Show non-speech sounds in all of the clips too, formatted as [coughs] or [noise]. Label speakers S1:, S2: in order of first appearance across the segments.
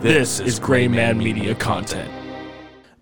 S1: This is Gray Man Media content.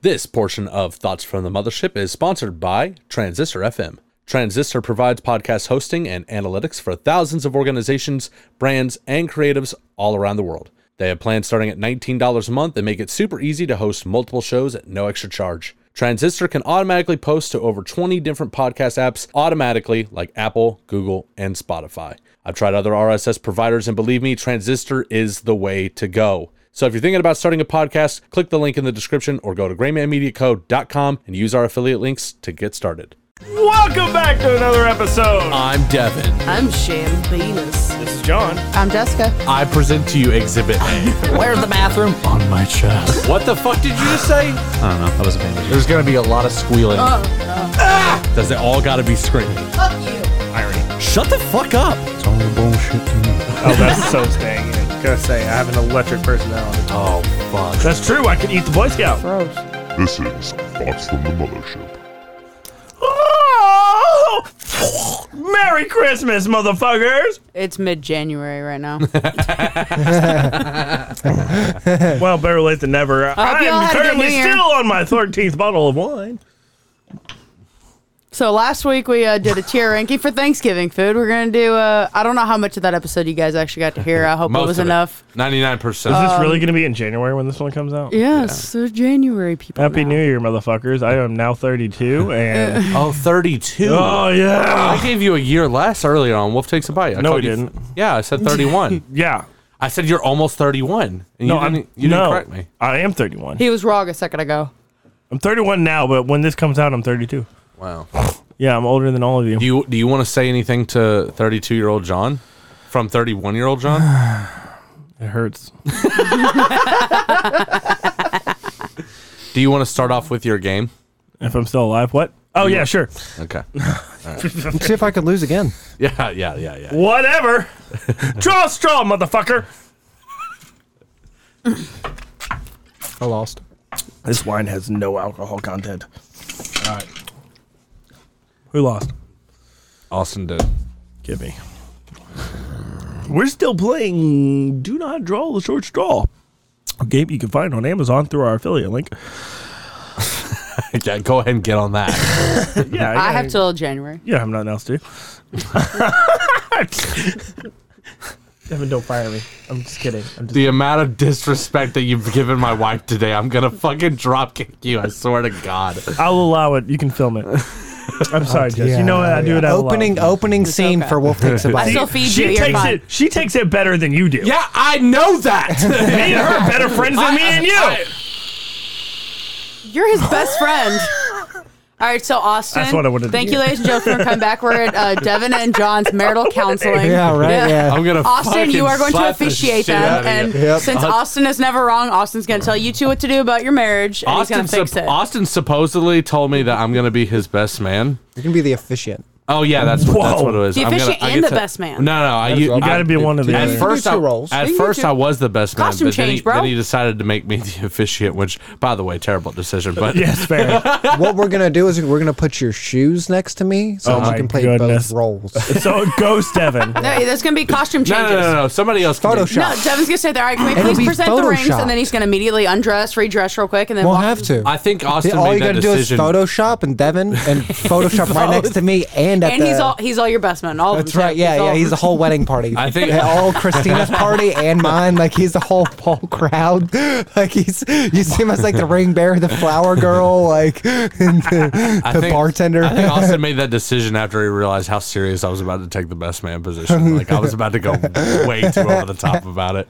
S2: This portion of Thoughts from the Mothership is sponsored by Transistor FM. Transistor provides podcast hosting and analytics for thousands of organizations, brands, and creatives all around the world. They have plans starting at $19 a month and make it super easy to host multiple shows at no extra charge. Transistor can automatically post to over 20 different podcast apps automatically, like Apple, Google, and Spotify. I've tried other RSS providers, and believe me, Transistor is the way to go. So if you're thinking about starting a podcast, click the link in the description or go to graymanmediaco.com and use our affiliate links to get started.
S1: Welcome back to another episode.
S2: Uh,
S3: I'm Devin.
S4: I'm Sham Venus.
S1: This is John.
S4: I'm Jessica.
S3: I present to you Exhibit A.
S4: Where's the bathroom?
S3: On my chest.
S2: What the fuck did you just say?
S3: I don't know. I wasn't paying attention. There's going to be a lot of squealing.
S2: Does it all gotta be screaming?
S4: Fuck you.
S2: Ah! Shut the fuck up!
S3: It's all the bullshit to me.
S1: Oh, that's so staying in.
S5: gotta say, I have an electric personality.
S3: Oh, fuck.
S1: That's true. I could eat the Boy Scout.
S4: Gross.
S6: This is Thoughts from the Mothership.
S1: Oh! Merry Christmas, motherfuckers.
S4: It's mid-January right [laughs] now.
S1: Well, better late than never. I
S4: y'all
S1: am
S4: had a good
S1: currently
S4: New Year.
S1: still on my 13th bottle of wine.
S4: so last week we uh, did a tier ranking for Thanksgiving food. We're gonna do. Uh, I don't know how much of that episode you guys actually got to hear. I [laughs] hope it was enough.
S2: 99%.
S3: Oh.
S1: Is
S4: Um,
S1: this really going to be in January when this one comes out?
S4: Yes, they're January people.
S1: Happy
S4: now.
S1: New Year, motherfuckers. I am now 32
S4: [laughs]
S1: and.
S2: oh, 32.
S1: oh, yeah.
S2: I gave you a year less earlier on Wolf Takes a Bite. I
S1: No,
S2: called
S1: I
S2: you-
S1: didn't.
S2: Yeah, I said
S1: [laughs]
S2: 31.
S1: Yeah.
S2: I said you're almost 31. And
S1: No,
S2: you
S1: I'm.
S2: didn't, e- you
S1: no,
S2: didn't correct me.
S1: I am 31.
S4: He was wrong a second ago.
S1: I'm 31 now, but when this comes out, I'm 32.
S2: Wow.
S1: Yeah, I'm older than all of you.
S2: Do you, do you want to say anything to 32 year old John? From 31 year old John?
S1: It hurts.
S2: Do you want to start off with your game?
S1: If I'm still alive, what? Oh, yeah, sure. [laughs]
S2: Okay.
S5: See if I could lose again.
S2: Yeah, yeah, yeah, yeah.
S1: [laughs] Whatever. Draw a straw, motherfucker.
S5: I lost.
S1: This wine has no alcohol content. All right. Who lost?
S2: Austin did. [laughs]
S1: Give me. We're still playing Do Not Draw the Short Straw. A game you can find on Amazon through our affiliate link.
S2: yeah, go ahead and get on that. [laughs]
S1: Yeah,
S4: I have till January.
S1: Yeah, I have nothing else to. do.
S5: [laughs] Devin, don't fire me. I'm just kidding. I'm just
S2: the amount of disrespect that you've given my wife today, I'm going to fucking drop kick you. I swear to God.
S1: I'll allow it. You can film it.
S5: Oh,
S1: I'm sorry, Jess. you know what? I do it out
S5: opening oh,
S1: loud.
S5: opening scene
S4: okay.
S5: for Wolf [laughs] Takes a
S4: I
S5: Bite.
S4: still feed you.
S1: She
S4: You're
S1: takes
S4: fine.
S1: it. She takes it better than you do.
S2: Yeah, I know that.
S1: me and her are better friends than me and you.
S2: I-
S4: You're his
S1: [laughs]
S4: best friend. All right, so Austin,
S1: That's what I wanted to
S4: thank
S1: do.
S4: you, ladies and gentlemen. Come back. We're at uh, Devin and John's marital counseling.
S5: [laughs] Yeah, right. Yeah.
S2: [laughs] I'm gonna
S4: Austin, you
S2: fucking
S4: are going to
S2: slap the
S4: officiate
S2: shit
S4: them,
S2: outta you.
S4: and
S5: Yep.
S4: since Austin is never wrong, Austin's going to tell you two what to do about your marriage, and
S2: Austin,
S4: he's going to fix
S2: sup-
S4: it.
S2: Austin supposedly told me that I'm gonna be his best man.
S5: You can be the officiant.
S2: Oh yeah, that's what, that's
S1: Whoa.
S2: what it is.
S4: The
S2: I'm
S4: officiant
S2: I
S4: and
S2: get
S4: the best man.
S2: No, no, I, you,
S1: You got to be one of the
S2: At
S1: other.
S2: first,
S5: two
S2: I,
S5: roles.
S2: at
S4: You can do
S2: first
S4: two-
S2: I was the best man,
S4: Costume
S2: but then,
S4: change,
S2: he,
S4: bro.
S2: then he decided to make me the officiant, which, by the way, terrible decision.
S1: [laughs]
S2: But
S1: Yes, fair.
S5: what we're gonna do is we're gonna put your shoes next to me so
S1: Oh
S5: that
S1: my
S5: you can play
S1: goodness.
S5: both roles.
S1: so it goes, Devin.
S4: No, there's going to be costume
S2: no,
S4: changes.
S2: no, no, no, no, somebody else. can do it.
S5: Photoshop.
S4: No, Devin's gonna say there. All right, can we
S5: It'll
S4: please
S5: be
S4: present the rings,
S5: Photoshopped.
S4: and then he's gonna immediately undress, redress real quick, and then
S5: [laughs] We'll
S4: walk-
S5: have to.
S2: I think Austin
S5: all
S2: made
S5: you
S2: that
S5: gotta do is
S2: decision.
S5: Photoshop and
S1: [laughs]
S5: Devin and Photoshop right next to me and at
S4: And
S5: the.
S4: he's all he's all your best man. All of
S5: that's
S4: them,
S5: right.
S4: too.
S5: Yeah, yeah.
S4: all-
S5: He's the whole wedding party.
S2: I think-
S5: Yeah, all
S1: [laughs]
S5: Christina's party and mine. Like he's the whole whole crowd. [laughs] Like he's you see him as like the ring bearer, the flower girl, like and the,
S2: I
S5: the
S2: think-
S5: bartender.
S2: I think
S1: [laughs]
S2: Austin made that decision after he realized how serious I was about to take the best man
S1: [laughs]
S2: position. Like I was about to go way too over the top about it.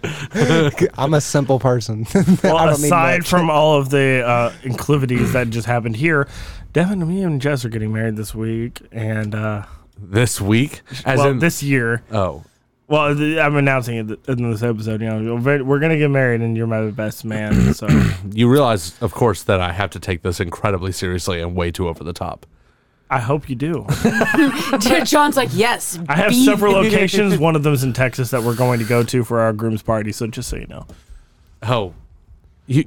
S5: I'm a simple person. [laughs] I
S1: Well,
S5: don't need
S1: aside
S5: much.
S1: from all of the uh, inclivities that just happened here, Devin, me and Jess are getting married this week, and uh,
S2: This week, as
S1: well,
S2: in
S1: this year.
S2: Oh,
S1: Well, th- I'm announcing it th- in this episode. You know, we're we're gonna get married, and you're my
S2: [coughs]
S1: best man. So
S2: you realize, of course, that I have to take this incredibly seriously and way too over the top.
S1: I hope you do.
S4: [laughs] Dude, John's like, yes.
S1: I have
S4: be-
S1: several
S2: [laughs]
S1: locations. One of them's in Texas that we're going to go to for our groom's party. So just so you know,
S2: Oh,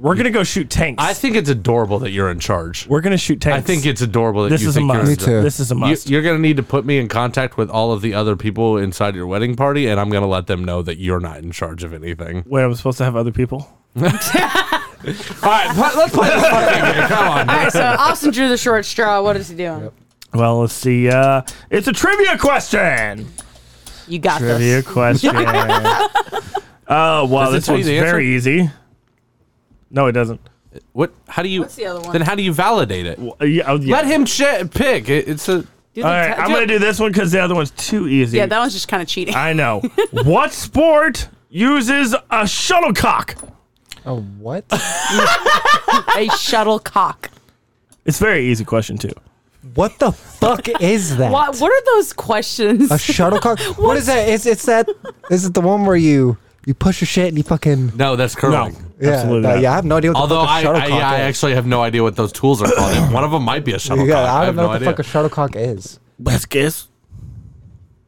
S1: we're gonna go shoot tanks.
S2: I think it's adorable that you're in charge.
S1: we're gonna shoot tanks.
S2: I think it's adorable that
S1: this
S2: you
S1: is a
S2: think you're.
S1: must.
S5: Me too.
S1: This is a
S2: You,
S1: must.
S2: you're gonna need to put me in contact with all of the other people inside your wedding party, and I'm gonna let them know that you're not in charge of anything. [laughs]
S1: Wait, I'm supposed to have other people.
S7: All right, pl- let's play this
S2: [laughs]
S7: fucking game. Come on.
S4: [laughs] All right, so Austin drew the short straw. What is he doing?
S1: Well, let's see. Uh, it's a trivia question.
S4: You got
S1: Trivia
S2: [laughs]
S4: this.
S1: question. Oh, wow.
S2: Does it
S1: This
S2: tell you
S1: one's
S2: the answer?
S1: very easy. No, it doesn't.
S2: What? How do you?
S4: What's the other one?
S2: Then how do you validate it?
S1: Well, yeah, oh, yeah.
S2: Let him ch- pick. It, it's a.
S4: Do the
S1: All right,
S4: t-
S1: I'm
S4: do-
S1: going to do this one because the other one's too easy.
S4: Yeah, that one's just kind of
S1: [laughs]
S4: cheating.
S1: I know. what sport uses a shuttlecock?
S5: Oh, what?
S4: a shuttlecock.
S1: It's a very easy question, too.
S5: What the fuck is that?
S4: What? What are those questions?
S5: A shuttlecock? what is that? It's it's that. Is it the one where you you push a shit and you fucking?
S2: No, that's curling.
S1: No.
S5: Oh, Yeah,
S1: Absolutely
S5: no,
S1: not.
S5: yeah. I have no idea what
S2: Although
S5: the fuck
S2: I,
S5: a
S2: I,
S5: shuttlecock
S2: yeah, I
S5: is.
S2: actually have no idea what those tools are called. And One of them might be a shuttlecock.
S5: [laughs] yeah,
S2: I
S5: I don't
S2: have
S5: know
S2: no
S5: what the
S2: idea.
S5: fuck a shuttlecock is.
S1: Best guess.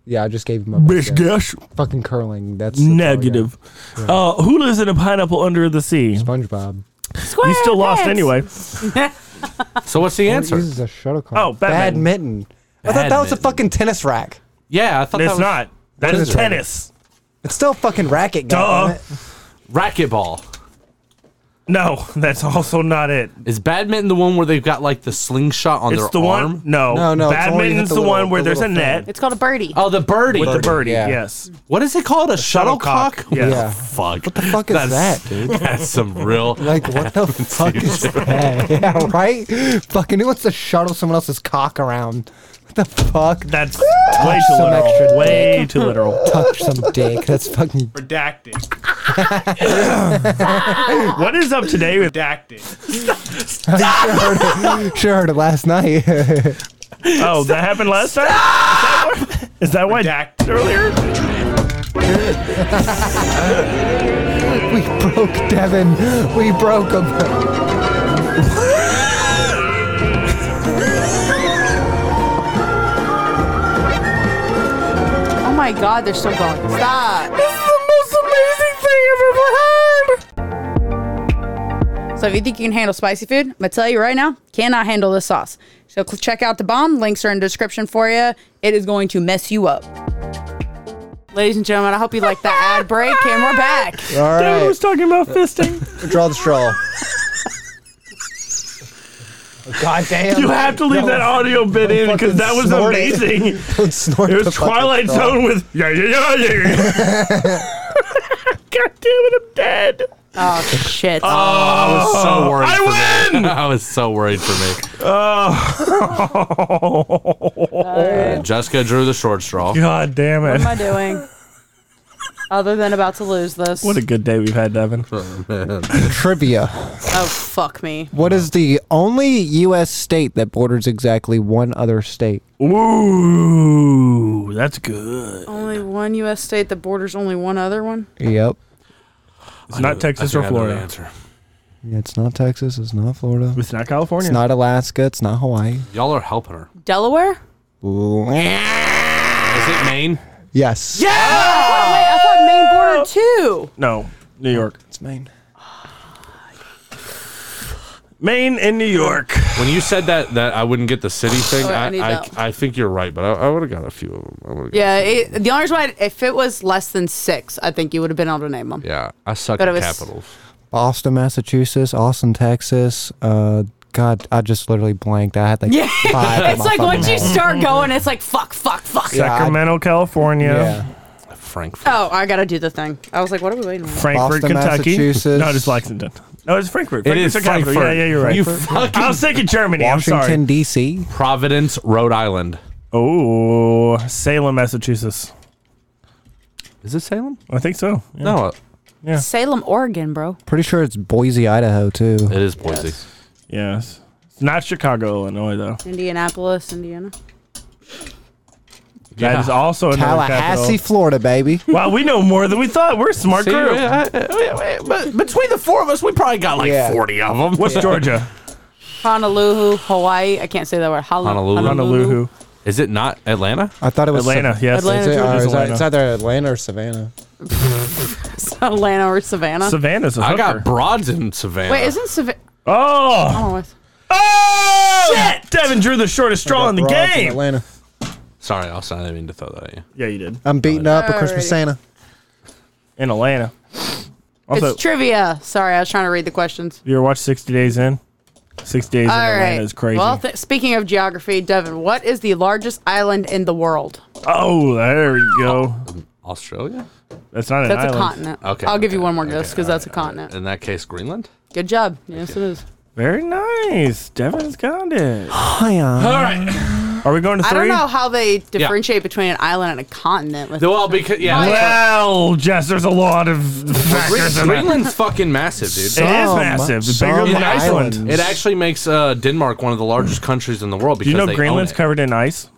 S5: Yeah, I just gave him a
S1: Best
S5: yeah.
S1: guess.
S5: fucking curling. That's that's all I got.
S1: Negative.
S5: Oh,
S1: Uh, who lives in a pineapple under the sea?
S5: SpongeBob.
S4: Square
S1: You still lost
S4: pants.
S1: anyway.
S2: So what's the
S5: Answer.
S2: answer?
S5: Uses a shuttlecock.
S1: Oh, badminton.
S5: badminton. I thought that was a
S2: Badminton.
S5: fucking tennis rack.
S2: Yeah, I thought
S1: It's
S2: that was
S1: not. That is
S5: Tennis racket.
S1: tennis.
S5: It's still a fucking racket.
S1: Duh.
S5: goddammit.
S2: racquetball.
S1: No, that's also not it.
S2: Is badminton the one where they've got like the slingshot on
S1: It's
S2: their
S1: the
S2: arm?
S1: one. No,
S5: No, no, it's the one you hit
S1: Badminton's
S5: the
S1: the, one
S5: little-
S1: where
S5: the
S1: there's a
S5: little
S1: net
S4: It's called a birdie.
S2: Oh, the birdie.
S1: with the birdie.
S5: yeah.
S1: Yes.
S2: What is it called? A
S1: shuttlecock,
S2: shuttlecock?
S1: yeah.
S2: [laughs]
S5: Yeah.
S2: Fuck. What
S5: the fuck is that, dude?
S2: [laughs] That's some
S5: [laughs]
S2: real.
S5: Like what the fuck is that? Yeah, right. Fucking who wants to shuttle someone else's cock around? What the fuck?
S1: That's way too
S5: some
S1: literal.
S5: extra
S1: Way too
S5: [laughs]
S1: literal.
S5: Touch some dick. That's fucking.
S7: Redacted.
S1: What is up today [laughs] with
S7: Redacted.
S5: Sure heard it last night. [laughs]
S1: Oh, that happened last time? Is that why? Is that why
S7: Redacted.
S1: earlier?
S5: we broke Devin. We broke him.
S4: Oh my God, they're still going. Stop. This is the most amazing thing I've ever heard. So if you think you can handle spicy food, I'm gonna tell you right now, cannot handle this sauce. So cl- check out the bomb. Links are in the description for you. It is going to mess you up. Ladies and gentlemen, I hope you like that ad break, and we're
S1: [laughs]
S4: back.
S5: All
S1: Dude, I was
S5: right.
S1: talking about fisting.
S5: Draw the straw. God damn.
S1: [laughs] You have to leave that audio bit in because that was
S5: Snort it.
S1: amazing.
S5: Don't snort
S1: It
S5: the
S1: was
S5: fucking
S1: Twilight
S5: straw.
S1: Zone with yeah yeah yeah yeah. [laughs] God damn it! I'm dead.
S4: Oh shit.
S1: Uh.
S2: I was so worried.
S1: I
S2: [laughs]
S1: Oh.
S2: for Me. I was so worried for me. And [laughs] Jessica drew the short straw.
S1: God damn
S4: what am I
S1: it!
S4: doing? Other than about to lose this.
S1: What a good day we've had, Devin.
S5: Trivia.
S4: oh fuck me.
S5: What is the only U.S. state that borders exactly one other state?
S1: Ooh, that's good.
S4: Only one U.S. state that borders only one other one.
S5: Yep.
S1: It's not Texas or Florida.
S5: Yeah, It's not Texas. It's not Florida.
S1: It's not California.
S5: It's not Alaska. It's not Hawaii.
S2: Y'all are helping her.
S4: Delaware?
S2: Is it Maine?
S5: Yes.
S4: I thought Maine
S1: Oh.
S4: bordered two.
S1: no, New York,
S5: It's Maine.
S1: Maine, and New York.
S2: When you said that that I wouldn't get the city thing,
S4: Oh, I
S2: I
S4: need
S2: I,
S4: that.
S2: I, think you're right, but I, I would have got a few of them. I would've got-
S4: Yeah, it, the only reason why, if it was less than six, I think you would have been able to name them.
S2: yeah. I suck
S4: But
S2: at
S4: it was-
S2: capitals.
S5: Boston, Massachusetts. Austin, Texas. Uh, God, I just literally blanked. I had like
S4: Yeah.
S5: [laughs] five. in
S4: It's
S5: my
S4: like
S5: fucking
S4: once you
S5: head.
S4: start going, it's like fuck, fuck, fuck.
S5: Yeah, I-
S1: Sacramento, California.
S5: Yeah.
S2: Frankfurt.
S4: Oh, I gotta do the thing. I was like, what are we waiting for?
S1: Frankfurt,
S5: Boston,
S1: Kentucky.
S5: Massachusetts.
S1: No, it's Lexington. No, it's Frankfurt.
S2: It is
S1: Frankfurt's the capital.
S2: Frankfurt.
S1: Yeah, yeah, you're right.
S2: You fucking
S1: I was thinking Germany. I'm
S5: Washington
S1: sorry.
S5: D.C.
S2: Providence, Rhode Island.
S1: Oh, Salem, Massachusetts.
S2: Is it Salem?
S1: I think so. Yeah.
S2: No,
S4: Salem, Oregon, bro.
S5: Pretty sure it's Boise, Idaho too.
S2: it is Boise.
S1: Yes. It's not Chicago, Illinois, though.
S4: Indianapolis, Indiana.
S1: That is also another
S5: Tallahassee,
S1: capital.
S5: Florida, baby.
S1: Wow, we know more than we thought. We're a smart
S2: See,
S1: group.
S2: I- I- I- but between the four of us, we probably got like
S5: Yeah.
S2: 40 of them.
S1: What's Georgia?
S4: Honolulu, Hawaii. I can't say that word. Hol-
S2: Honolulu.
S1: Honolulu.
S2: Is it not Atlanta?
S5: I thought it was
S1: Atlanta, yes.
S4: Atlanta,
S5: Is it- or
S1: Georgia's
S5: is that-
S1: Atlanta.
S5: it's either Atlanta or Savannah.
S4: [laughs] Atlanta or Savannah.
S1: Savannah's a hooker.
S2: I got broads in Savannah.
S4: Wait, isn't Savannah?
S1: oh!
S4: Oh, it's-
S1: Oh! Shit! Devin drew the shortest straw in the
S5: Broads
S1: game.
S5: Atlanta.
S2: Sorry, Austin, I didn't mean to throw that at you.
S1: Yeah, you did.
S5: I'm beating up a
S4: Alrighty.
S5: Christmas Santa.
S1: In Atlanta. Also,
S4: it's trivia. Sorry, I was trying to read the questions.
S1: you ever watch 60 Days In? 60 Days
S4: All
S1: in
S4: right.
S1: Atlanta is crazy.
S4: Well, th- speaking of geography, Devin, what is the largest island in the world?
S1: oh, there we go.
S2: Australia?
S1: That's not an
S4: That's
S1: island.
S4: a continent.
S2: Okay,
S4: I'll give you
S2: okay,
S4: one more
S2: okay,
S4: guess because
S2: all
S4: that's a continent.
S2: In that case, Greenland?
S4: Good job. Yes, it is.
S1: Very nice. Devin's got it.
S5: Hi,
S7: All right.
S1: Are we going to
S4: I
S1: three?
S4: don't know how they differentiate between an island and a continent. With
S2: Well, because, yeah.
S1: Well, Jess, there's a lot of factors in that.
S2: Greenland's fucking massive,
S1: It is
S2: dude.
S5: Some-
S1: massive. It's bigger
S5: some
S1: than
S5: island.
S1: Iceland.
S2: It actually makes uh, Denmark one of the largest countries in the world because
S1: Do you know
S2: they
S1: Greenland's
S2: own
S1: covered in ice?
S2: it.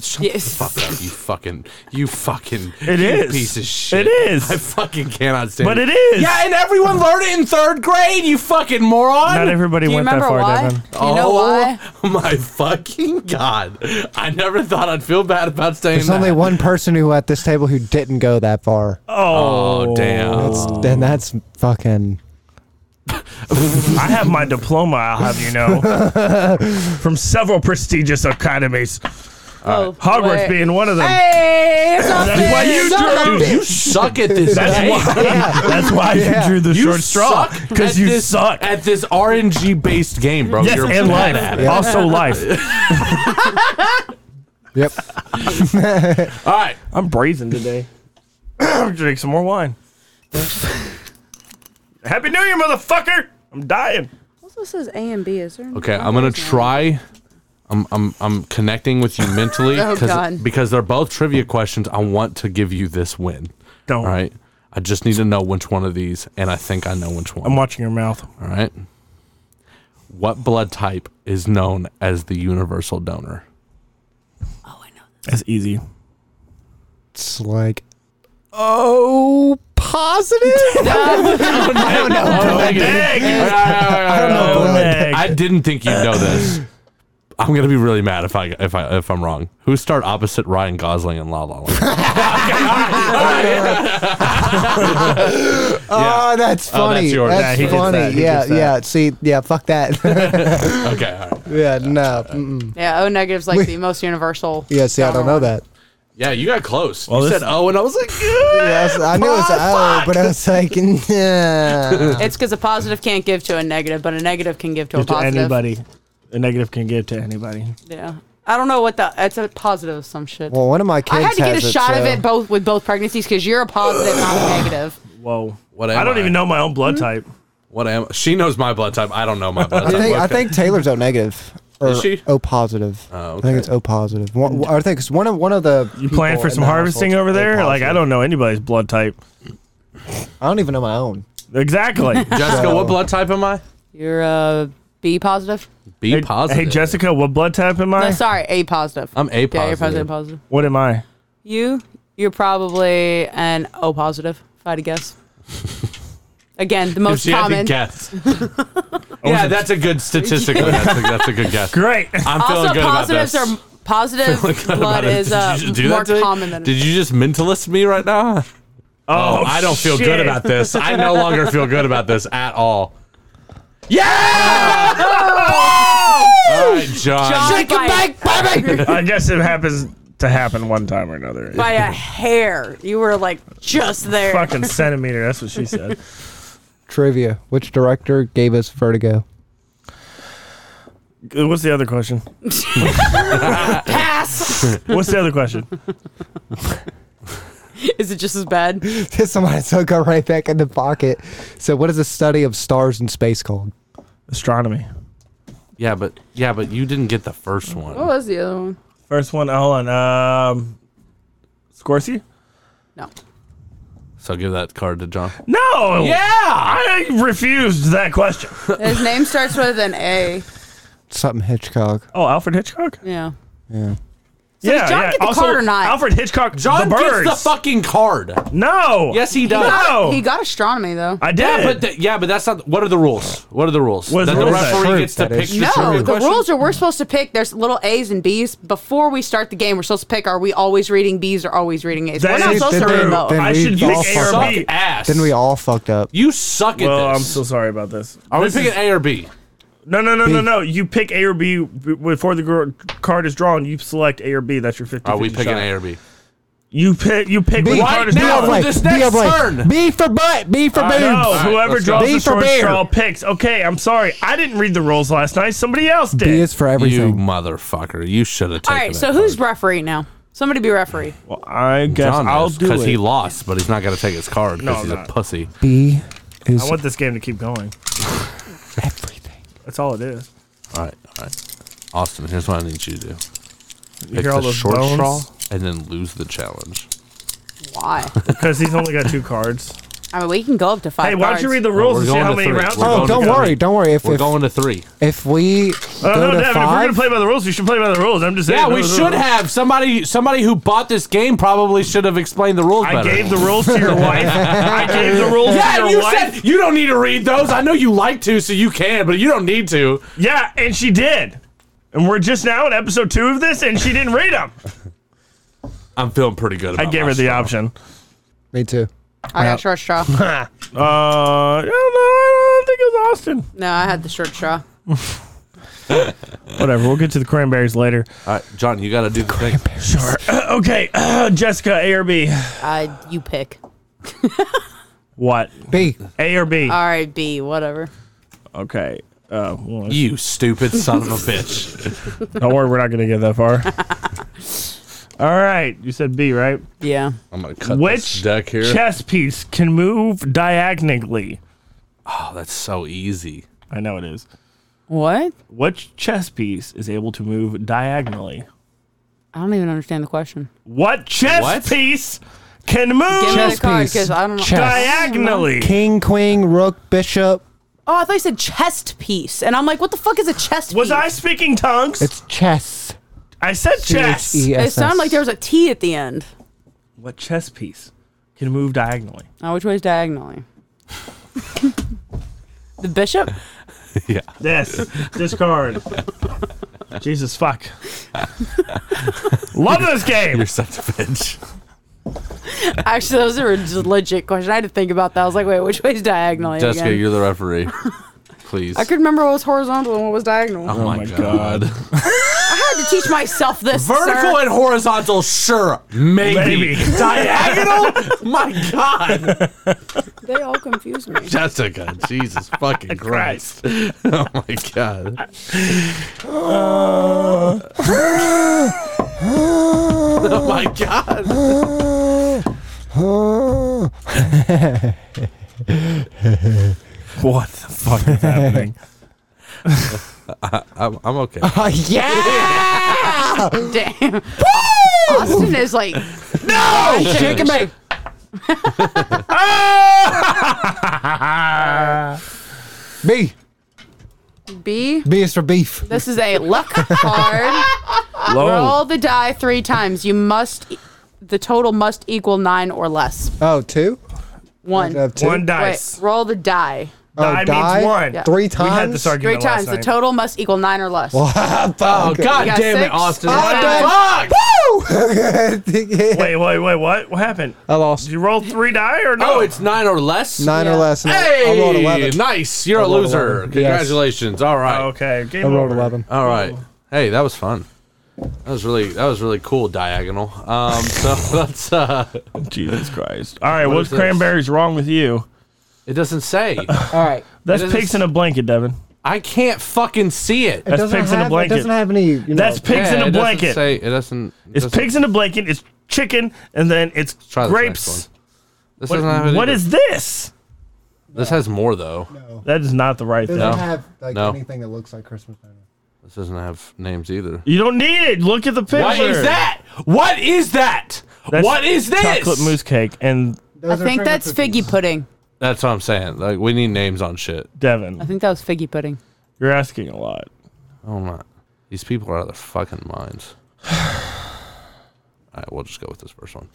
S2: Shut
S4: Yes.
S2: the fuck up, you fucking, you fucking,
S1: It
S2: you
S1: is.
S2: piece of shit.
S1: It is.
S2: I fucking cannot stand.
S1: But it is.
S2: Yeah, and everyone learned it in third grade. You fucking moron.
S1: Not everybody
S4: Do you
S1: went that
S4: remember
S1: far,
S4: why?
S1: Devin.
S4: Do you know why?
S2: Oh [laughs] my fucking god! I never thought I'd feel bad about saying
S5: There's
S2: that.
S5: only one person who at this table who didn't go that far.
S2: oh damn!
S5: Then that's fucking.
S1: I have my diploma, I'll have you know, [laughs] from several prestigious academies.
S4: Oh,
S1: Hogwarts
S4: wait.
S1: being one of them.
S4: Hey, it's
S1: That's why you drew.
S2: Dude, you suck at this.
S1: That's
S2: game.
S1: why. [laughs] That's why
S5: Yeah.
S1: you drew the
S2: You
S1: short straw
S2: suck
S1: because
S2: at
S1: you
S2: this-
S1: suck.
S2: at this RNG based game, bro.
S1: Yes,
S2: You're
S1: and
S2: bad
S1: life.
S2: at it.
S1: Also life.
S5: Yep.
S2: All right.
S1: [laughs] I'm brazen today. [coughs] I'm drink some more wine. Happy New Year, motherfucker! I'm dying.
S4: Also says A and B. Is there?
S5: Oh,
S2: Okay, I'm gonna try. I'm I'm I'm connecting with you
S5: [laughs]
S2: mentally
S4: Oh, God.
S2: because they're both trivia questions. I want to give you this win.
S1: Don't.
S2: All right. I just need to know which one of these, and I think I know which one.
S1: I'm watching your mouth.
S2: All right. What blood type is known as the universal donor?
S1: That's easy.
S5: It's like. Oh, [laughs] positive? [laughs] I don't know.
S2: Oh, thank you.
S1: Oh,
S5: I don't know. blood.
S2: I didn't think you'd know this. I'm gonna be really mad if I if I if I'm wrong. Who starred opposite Ryan Gosling in La La Land?
S1: [laughs]
S5: Oh, that's
S2: Oh, that's
S5: funny.
S2: yours.
S5: that's
S1: Yeah, he gets
S5: funny.
S1: that, he
S5: yeah,
S1: gets that.
S5: yeah. See, yeah, fuck that.
S1: [laughs]
S5: [laughs]
S2: Okay, all right.
S5: yeah, no. Mm-mm.
S4: Yeah, O negative's like the most universal.
S5: Yeah, see, I don't know that.
S2: Yeah, you got close.
S1: Well,
S2: you
S1: this-
S2: said oh, and I was like,
S1: [laughs]
S5: Yeah, I, was- I knew it was oh, but I was like, [laughs] nah.
S4: It's because a positive can't give to a negative, but a negative can give to a
S1: to
S4: positive.
S1: anybody. A negative can give to anybody.
S4: Yeah, I don't know what the. It's a positive of some shit.
S5: Well, one of my kids
S4: I had to get a
S5: has
S4: shot of
S5: so-
S4: it both with both pregnancies because you're a positive, not a negative.
S1: Whoa.
S2: What am
S1: I don't
S2: I?
S1: even know my own blood type.
S2: what am? She knows my blood type. I don't know my blood
S5: [laughs] I
S2: type.
S5: think I
S2: Okay.
S5: think Taylor's O negative. Or
S2: Is she?
S5: O positive.
S2: Oh,
S5: I think it's O positive. One, I think it's one of one of the.
S1: You playing for some harvesting over there? Like I don't know anybody's blood type.
S5: I don't even know my own.
S1: [laughs] Exactly.
S2: Jessica, what blood type am I?
S4: You're a B positive.
S2: B
S1: hey,
S2: positive.
S1: Hey Jessica, what blood type am
S4: No,
S1: I?
S4: sorry, A positive.
S2: I'm A
S4: Yeah, you're
S2: positive.
S4: positive, positive.
S1: What am I?
S4: You, you're probably an O positive. If I had
S2: [laughs]
S4: to guess. Again, the
S2: If
S4: most
S2: she had to
S4: common. [laughs]
S2: guess. Oh, yeah, that's a good statistic. That's, a, that's a good guess.
S1: Great.
S2: I'm feeling
S4: Also,
S2: good about
S4: positives
S2: this. [laughs]
S4: are positive blood
S2: Did
S4: is uh,
S2: you just do that
S4: more
S2: to me?
S4: common than.
S2: Did you just mentalist me right now? Oh, I don't feel
S1: shit.
S2: good about this. I
S1: [laughs]
S2: no longer feel good about this at all. Yeah! all right, John.
S4: Oh! John by,
S2: [laughs]
S1: I guess it happens to happen one time or another.
S4: by a hair. You were like just there.
S1: Fucking centimeter. That's what she said.
S5: Trivia: Which director gave us [laughs] Vertigo?
S1: What's the other question?
S4: Pass. [laughs]
S1: What's the other question?
S4: is it just as bad?
S5: Somebody so go right back in the pocket. So, what is a study of stars in space called?
S1: Astronomy.
S2: Yeah, but yeah, but you didn't get the first one.
S4: was the other one?
S1: First one. Hold on. Um, Scorsese.
S4: No.
S2: So give that card to John.
S1: No.
S2: Yeah!
S1: I refused that question.
S4: His name starts with an A.
S5: Something Hitchcock.
S1: Oh, Alfred Hitchcock.
S4: Yeah.
S1: yeah,
S4: John get the card or not?
S1: Alfred Hitchcock.
S2: John
S1: the
S2: gets
S1: birds.
S2: the fucking card.
S1: no.
S2: Yes, he does.
S1: No.
S4: He got astronomy though.
S1: I did.
S2: Yeah, but th- yeah, but that's not. What are the rules? What are the rules?
S1: What is
S2: that
S1: the
S2: the
S1: rules?
S2: referee
S5: True,
S2: gets to
S5: that
S2: pick
S5: is
S2: the
S4: no,
S2: trivia
S4: the
S2: question?
S4: rules are we're supposed to pick. There's little A's and B's before we start the game. We're supposed to pick: Are we always reading B's or always reading A's?
S1: That
S4: we're not
S1: is
S4: supposed to
S5: true.
S4: read those.
S5: Then
S1: I
S5: we
S1: should
S5: all
S1: pick A or
S5: fucked
S1: B.
S2: Suck ass.
S5: Then we all fucked up.
S2: You suck at
S1: Well, I'm
S2: this.
S1: so sorry about this.
S2: are we
S1: This is-
S2: picking A or B?
S1: No, no, no, no, no. You pick A or B b- before the gr- card is drawn. You select A or B. That's your 50
S2: Are we picking A or B?
S1: You pick. You pick
S5: B.
S1: the
S7: Right
S1: hardest
S7: now,
S1: one.
S7: for
S5: blank.
S7: this
S5: B
S7: next
S5: of blank.
S7: turn.
S5: B for butt. B for
S1: I know.
S5: boobs.
S1: Whoever
S7: let's go.
S1: draws
S5: B
S1: the
S5: for
S1: short
S5: bear.
S1: straw picks. Okay, I'm sorry. I didn't read the rules last night. Somebody else did.
S5: B is for
S2: You
S5: everything.
S2: motherfucker. You should have
S4: All
S2: taken
S4: right,
S2: that
S4: so who's referee now? Somebody be referee.
S1: well, I guess
S2: John
S1: I'll do
S2: Because
S1: it.
S2: he lost, but he's not going to take his card
S1: No,
S2: because he's
S1: I'm not.
S2: a pussy.
S5: B is
S1: I want this game to keep going.
S5: everything.
S1: That's all
S2: [laughs]
S1: it is.
S2: All right. All right. Austin, here's what I need you to do.
S1: You
S2: Pick
S1: hear all
S2: the
S1: those
S2: short
S1: bones?
S2: straw and then lose the challenge.
S4: Why?
S1: Because he's only got two cards.
S4: I mean, we can go up to five.
S1: Hey, why don't you
S4: cards.
S1: read the rules
S2: we're
S1: and see
S2: going
S1: how
S2: to
S1: many
S2: three.
S1: rounds?
S2: We're
S1: we
S2: going
S1: go?
S5: Oh,
S2: to
S5: don't
S2: go.
S5: worry. Don't worry. If
S2: We're
S5: if,
S2: going to three.
S5: if we
S1: Oh,
S5: go
S1: no,
S5: to
S1: Devin, if we're
S5: five,
S1: gonna play by the rules, we should play by the rules. I'm just saying.
S2: Yeah, we
S1: those are the
S2: should
S1: rules.
S2: have. Somebody somebody who bought this game probably should have explained the rules
S1: I
S2: better.
S1: gave the rules
S2: [laughs]
S1: to your wife. I gave the rules to
S2: yeah,
S1: your
S2: and you
S1: wife.
S2: said you don't need to read those. I know you like to, so you can, but you don't need to.
S1: yeah, and she did. And we're just now in episode two of this, and she didn't read them.
S2: I'm feeling pretty good
S1: I
S2: about
S1: gave her the option.
S5: me too.
S4: I got short straw.
S1: Uh, I don't know. I don't think it was Austin.
S4: No, I had the short straw.
S1: Whatever. We'll get to the cranberries later.
S2: All right, John, you got to do the thing.
S1: Sure. [laughs] okay, uh, Jessica, A or B?
S4: Uh, you pick.
S1: What?
S5: B.
S1: A or B?
S5: Uh,
S4: All right, B, whatever.
S1: okay. Uh, well,
S2: You stupid son of a bitch.
S1: don't worry, we're not gonna get that
S5: [laughs]
S1: far. All right, you said B, right?
S4: Yeah.
S2: [laughs] I'm gonna cut
S1: Which
S2: this deck here.
S1: chess piece can move diagonally?
S2: oh, that's so easy.
S1: I know it is.
S4: What?
S1: Which chess piece is able to move diagonally?
S4: I don't even understand the question.
S1: What chess
S2: What?
S1: piece can move
S4: Give me
S5: Chess
S4: the card
S5: piece.
S4: because I don't know.
S5: Chess.
S1: diagonally?
S5: King, queen, rook, bishop.
S4: Oh, I thought you said chest piece, and I'm like, what the fuck is a chest
S1: Was
S4: piece?
S1: I speaking tongues?
S5: It's E chess.
S1: I said chess.
S4: It sounded like there was a T at the end.
S1: What chess piece can move diagonally?
S4: Now, which way is diagonally? the bishop?
S2: [laughs] Yeah.
S1: This. Discard. Jesus fuck. Love this game.
S2: You're such a bitch.
S4: Actually, that was a re- legit question. I had to think about that. I was like, wait, which way is diagonally?
S2: Jessica,
S4: again?
S2: you're the referee. Please.
S4: I could remember what was horizontal and what was diagonal.
S2: oh, my
S1: my
S2: god.
S4: I had to teach myself this.
S2: Vertical
S4: sir.
S2: and horizontal, sure. Maybe.
S1: Maybe.
S2: [laughs] Diagonal? my god.
S4: they all
S2: [laughs]
S4: confuse me.
S2: Jessica, [laughs] Jesus fucking Christ. [laughs] oh my god. [laughs] oh my god.
S1: What the fuck
S2: [laughs]
S1: is happening?
S2: I'm, I'm [laughs] okay.
S5: Oh, yeah!
S4: Damn. Austin is like, no, shaking me.
S5: B.
S4: B.
S5: B is for beef.
S4: This is a
S2: [laughs]
S4: luck card. Roll the die three times. You must. e, The total must equal nine or less.
S5: Oh, two?
S4: One.
S5: Uh, two?
S1: One
S4: Wait,
S1: dice.
S4: roll the die.
S5: Oh,
S1: die means one.
S4: Yeah.
S5: Three
S1: We
S5: times?
S1: had this
S4: Three
S1: argument
S4: times. The
S1: last night.
S4: total must equal nine or less.
S2: Oh god
S4: You got
S2: damn it,
S4: six.
S2: Austin.
S4: Oh,
S2: What
S4: damn.
S2: the fuck?
S1: [laughs]
S5: Wait.
S1: Wait, wait, wait. What? What happened?
S5: I lost.
S1: Did you roll three die or no?
S2: Oh, it's nine or less?
S5: Nine
S4: Yeah.
S5: or less. and I- I rolled
S2: Hey,
S5: 11.
S2: nice. You're a
S5: rolled
S2: loser.
S5: 11. Yes.
S2: Congratulations. All right.
S1: Oh, okay. Game
S5: I rolled
S1: over.
S5: 11.
S2: All right. Hey, that was fun. That was really that was really cool diagonal. Um so [laughs] that's uh
S1: Jesus Christ. All right.
S2: is
S1: what's
S2: this?
S1: cranberries wrong with you?
S2: it doesn't say.
S5: All right.
S1: That's
S2: It is-
S1: pigs in a blanket, Devin.
S2: I can't fucking see it.
S1: That's pigs in a
S5: It
S1: blanket.
S5: doesn't have any. You know,
S1: That's pigs
S2: Yeah,
S1: in
S2: it
S1: a
S2: doesn't
S1: blanket.
S2: Say, it doesn't
S1: It's
S2: doesn't-
S1: pigs in a blanket. It's chicken, and then it's
S2: try this next
S1: grapes.
S2: one. This
S1: What-
S2: doesn't have it
S1: what
S2: either.
S1: is this?
S2: This has more though.
S1: That is not the right
S5: It
S1: thing.
S5: doesn't
S2: No.
S5: have like
S2: No.
S5: anything that looks like Christmas. I don't know.
S2: This doesn't have names either.
S1: You don't need it. Look at the picture.
S2: What is that? What is that?
S1: That's
S2: what is this?
S1: Chocolate mousse cake and
S4: I
S5: Those are
S4: think
S5: trigger
S4: that's
S5: cookies.
S4: figgy pudding.
S2: That's what I'm saying. Like we need names on shit.
S4: I
S1: Devin.
S4: think that was figgy pudding.
S1: You're asking a lot.
S2: Oh my. These people are out of their fucking minds. [sighs] All right, we'll just go with this first one.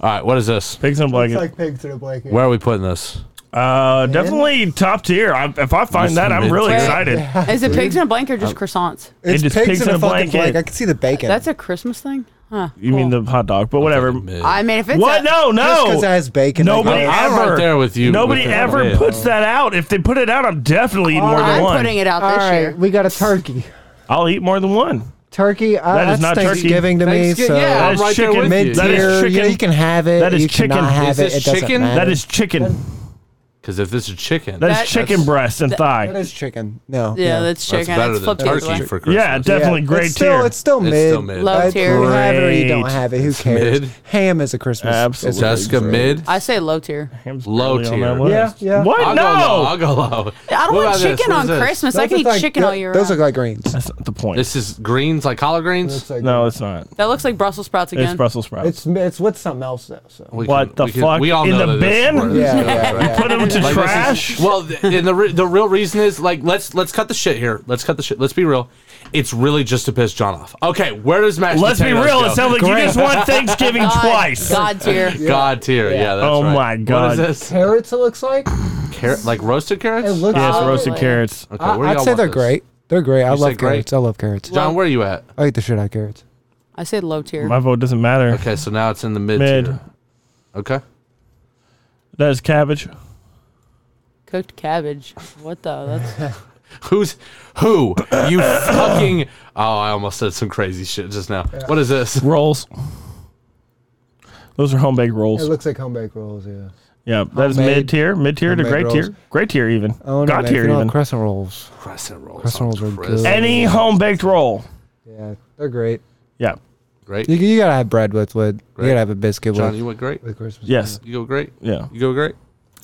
S2: All right, what is this?
S1: Pigs in a
S5: It's
S1: blanket.
S5: like pigs in a blanket.
S2: Where are we putting this?
S1: uh, definitely top tier. I, if I find that, I'm really
S2: Mid-tier.
S1: [laughs] excited.
S4: Is it pigs in a blanket or just
S5: Um,
S4: croissants?
S5: It's
S1: It is
S5: pigs, in a, fucking blanket. I can see the bacon.
S4: That's a Christmas thing? Huh.
S1: You mean the hot dog? But whatever.
S2: Mid.
S4: I mean, if it's
S1: What?
S4: a-
S1: No,
S5: Just
S1: no.
S5: because it has bacon. like,
S1: Nobody
S5: I-
S2: I'm
S1: ever.
S2: right there with you
S1: Nobody
S2: with the-
S1: ever
S2: Yeah.
S1: puts that out. If they put
S5: Oh,
S1: it out, I'm definitely eating more than
S4: I'm
S1: one.
S4: putting it out
S5: All
S4: this
S5: right,
S4: year.
S5: we got a turkey.
S1: I'll eat more than one.
S5: turkey. Uh,
S1: That is
S5: that's
S1: not turkey.
S5: Thanksgiving to me.
S7: Thanksgiving-
S5: So
S7: yeah,
S1: That
S7: I'm
S1: is
S7: right there
S1: chicken.
S7: with
S5: mid
S7: you.
S1: That is
S5: tier.
S1: chicken.
S5: You can have it.
S1: That is
S5: you cannot
S1: chicken.
S5: Have
S1: Is
S5: it.
S7: this
S5: it doesn't
S7: chicken?
S5: matter.
S1: That is chicken.
S2: Because if this is chicken,
S1: That
S4: That-
S1: is chicken breast and
S5: That
S1: thigh.
S5: is chicken. No.
S4: Yeah, that's
S2: that's
S4: chicken.
S2: better
S4: it's
S2: than
S4: flipped the other
S2: turkey
S4: way.
S2: for Christmas.
S1: Yeah, definitely grade
S5: it's still,
S1: tier.
S5: It's still mid.
S2: It's still mid.
S4: Low
S5: Uh,
S4: tier.
S5: You have it or you don't
S1: Great.
S5: have it. Who cares?
S2: mid.
S5: Ham is a Christmas.
S1: Absolutely.
S5: It's a
S2: Jessica mid.
S4: I say low tier.
S1: Ham's
S2: Low
S1: barely on
S2: tier.
S1: that list.
S5: Yeah, yeah.
S1: What?
S2: I'll
S1: no.
S2: go low. I'll go low.
S4: I don't
S2: What
S4: want
S2: about this?
S4: chicken
S2: What
S4: on
S2: is this?
S4: Christmas.
S5: Those
S4: I can
S5: look
S4: eat
S5: like-
S4: chicken uh,
S5: tho-
S4: all year
S5: Those look
S4: round.
S5: like greens.
S1: That's not the point.
S2: This is greens like collard greens.
S5: It's like-
S1: no, it's not.
S4: that looks like Brussels sprouts again.
S1: It's Brussels sprouts.
S5: It's it's with something else though. So
S2: We
S1: What the
S2: we
S1: fuck?
S2: we all
S1: In
S2: know
S1: the
S2: that this is
S1: bin?
S2: where this
S5: Yeah,
S2: goes,
S5: yeah,
S2: right?
S5: yeah.
S1: Put them to
S2: Like, this is-
S1: trash.
S2: well, th- and the re- the real reason is like let's let's cut the shit here. Let's cut the shit. Let's be real. It's really just to piss John off. Okay, where does mashed
S1: Let's be
S2: potatoes
S1: real.
S2: Go?
S1: It sounds like you just want
S5: [laughs]
S1: Thanksgiving
S4: God,
S1: twice.
S4: God tier.
S2: God tier. Yeah. that's
S1: Oh
S2: right.
S1: my
S2: What
S1: God.
S2: is this?
S5: carrots. It looks like.
S2: Car- like roasted carrots.
S5: It looks.
S1: Yes,
S5: like,
S1: roasted
S4: Probably.
S1: carrots.
S2: okay,
S5: I,
S2: where
S5: I'd
S2: y'all
S5: say
S2: want
S5: they're
S2: this?
S5: great. They're great. I
S2: You say
S5: love
S2: great?
S5: carrots. I love carrots.
S2: John, where are you at?
S5: I eat the shit out of carrots.
S4: I say low tier.
S1: My vote doesn't matter.
S2: Okay, so now it's in the mid.
S1: Mid.
S2: Tier. Okay.
S1: That is cabbage.
S4: Cooked cabbage. What the? That's
S2: Who's who? You [coughs] fucking. Oh, I almost said some crazy shit just now. What is this?
S1: Rolls. Those are home baked
S5: It
S1: rolls.
S5: looks like home baked rolls. Yeah.
S1: Yeah, that is
S5: Homemade-
S1: mid tier, mid tier to
S5: homemade
S1: great tier,
S5: rolls.
S1: great tier even,
S5: Oh no,
S1: god
S5: man, if you
S1: tier
S5: don't have
S1: even.
S5: crescent rolls.
S2: Crescent rolls.
S5: Crescent
S2: on
S5: rolls are
S2: Chris.
S5: good.
S1: Any home baked roll.
S5: Yeah, they're great.
S1: Yeah.
S2: Great.
S5: You, you gotta have bread with with.
S2: Great.
S5: You gotta have a biscuit
S2: John,
S5: with,
S2: you went great.
S5: with Christmas.
S1: Yes.
S2: You go great.
S1: Yeah.
S2: You go great.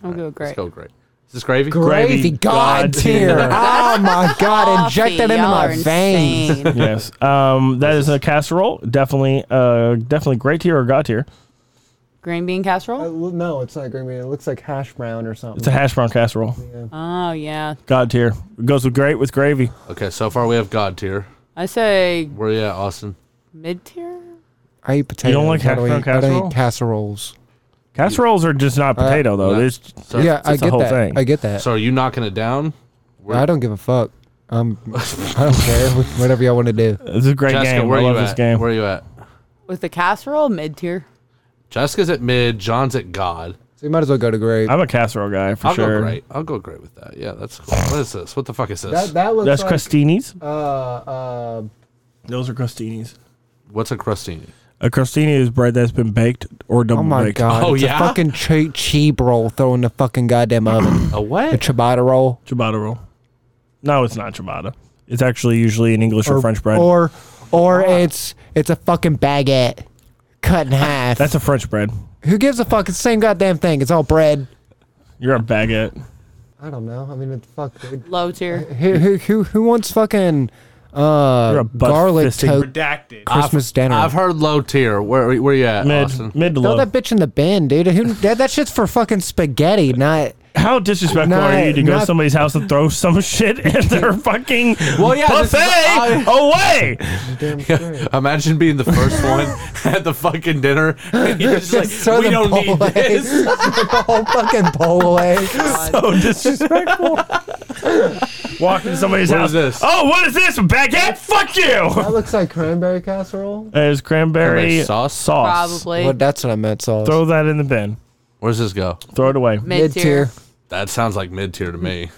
S4: I'm good.
S2: Let's
S4: Great.
S2: go great. Is this gravy?
S1: Gravy,
S5: Gravy, god
S1: God
S5: tier. [laughs] Oh my god,
S4: Coffee,
S5: inject that into
S4: y'all
S5: my
S4: are
S5: [laughs] veins.
S1: [laughs]
S4: insane.
S1: Yes. Um, that is a casserole. Definitely, uh, definitely great tier or god tier.
S4: Green bean
S5: Oh.
S4: casserole.
S5: No, it's not green bean. It looks like hash brown or something.
S1: It's a hash brown casserole.
S4: Oh yeah.
S1: God tier. It goes with great with gravy.
S2: Okay, so far we have God tier.
S4: I say
S2: Where you at, Austin?
S4: mid tier.
S5: I eat potatoes.
S1: like
S5: I don't
S1: hash
S5: eat,
S1: brown
S5: I don't
S1: casserole?
S5: eat casseroles.
S1: Casseroles are just
S5: Uh,
S1: not potato though.
S2: no.
S1: There's
S2: So,
S5: yeah, I
S1: it's a
S5: get
S1: whole
S5: that.
S1: thing.
S5: I get that.
S2: So are you knocking it down?
S5: I don't give a fuck. I'm,
S1: [laughs]
S5: I don't care. Whatever y'all want to do.
S1: this is a great
S2: Jessica,
S1: game.
S2: where are
S1: I
S2: you
S1: love
S2: at?
S1: this game.
S2: Where are you at?
S4: With the casserole, mid tier.
S2: Jessica's at mid. John's at God.
S5: So you might as well go to grape.
S1: I'm a casserole guy for
S2: I'll
S1: sure.
S2: go great. I'll go great with that. Yeah, that's cool. What is this? What the fuck is this?
S5: That, that looks
S1: That's
S5: like,
S1: crostinis.
S5: Uh, uh,
S1: Those are crostinis.
S2: What's a crustini?
S1: A crostini is bread that's been baked or double
S5: oh my
S1: baked.
S5: god.
S2: Oh,
S5: it's
S2: yeah?
S5: a fucking che- cheap roll thrown in the fucking [coughs] goddamn oven.
S2: A
S5: a
S2: what?
S5: ciabatta roll.
S1: Ciabatta roll. No, it's not ciabatta. It's actually usually an English or, French bread.
S5: Or, or it's it's a fucking baguette cut in half.
S1: That's a French bread.
S5: Who gives a fuck? It's the same goddamn thing. It's all bread.
S1: You're a baguette.
S5: I don't know. I mean, it's fuck.
S4: Low tier.
S5: Who who who, who wants fucking
S1: You're
S5: uh
S1: a butt
S5: garlic
S1: fisting
S5: toast
S7: Redacted.
S5: Christmas dinner?
S2: I've heard low tier. Where where you at,
S1: Mid,
S2: Austin?
S1: mid to
S5: Throw
S1: low.
S5: that bitch in the bin, dude. Who, that, that shit's for fucking spaghetti, not
S1: How disrespectful are
S5: Not-
S1: you to go to
S5: not-
S1: somebody's house and throw some [laughs] shit in their fucking
S2: Well, yeah, this is-
S1: buffet away?
S2: Imagine being the first one at the fucking dinner. And you're just like,
S5: Just throw
S2: we
S5: the
S2: don't
S5: bowl
S2: need
S5: away.
S2: this.
S5: [laughs] the whole fucking bowl away.
S1: [laughs] So Oh,
S5: [laughs]
S1: disrespectful. Walk into somebody's
S2: What
S1: house.
S2: is this?
S1: Oh, what is this? Baguette? Fuck you!
S5: That looks like cranberry casserole.
S1: There's cranberry
S2: Cranberry sauce?
S4: Probably
S5: Well, that's what I meant. Sauce.
S1: Throw that in the bin.
S2: Where's this go?
S1: Throw it away.
S4: mid tier.
S2: That sounds like mid tier to me.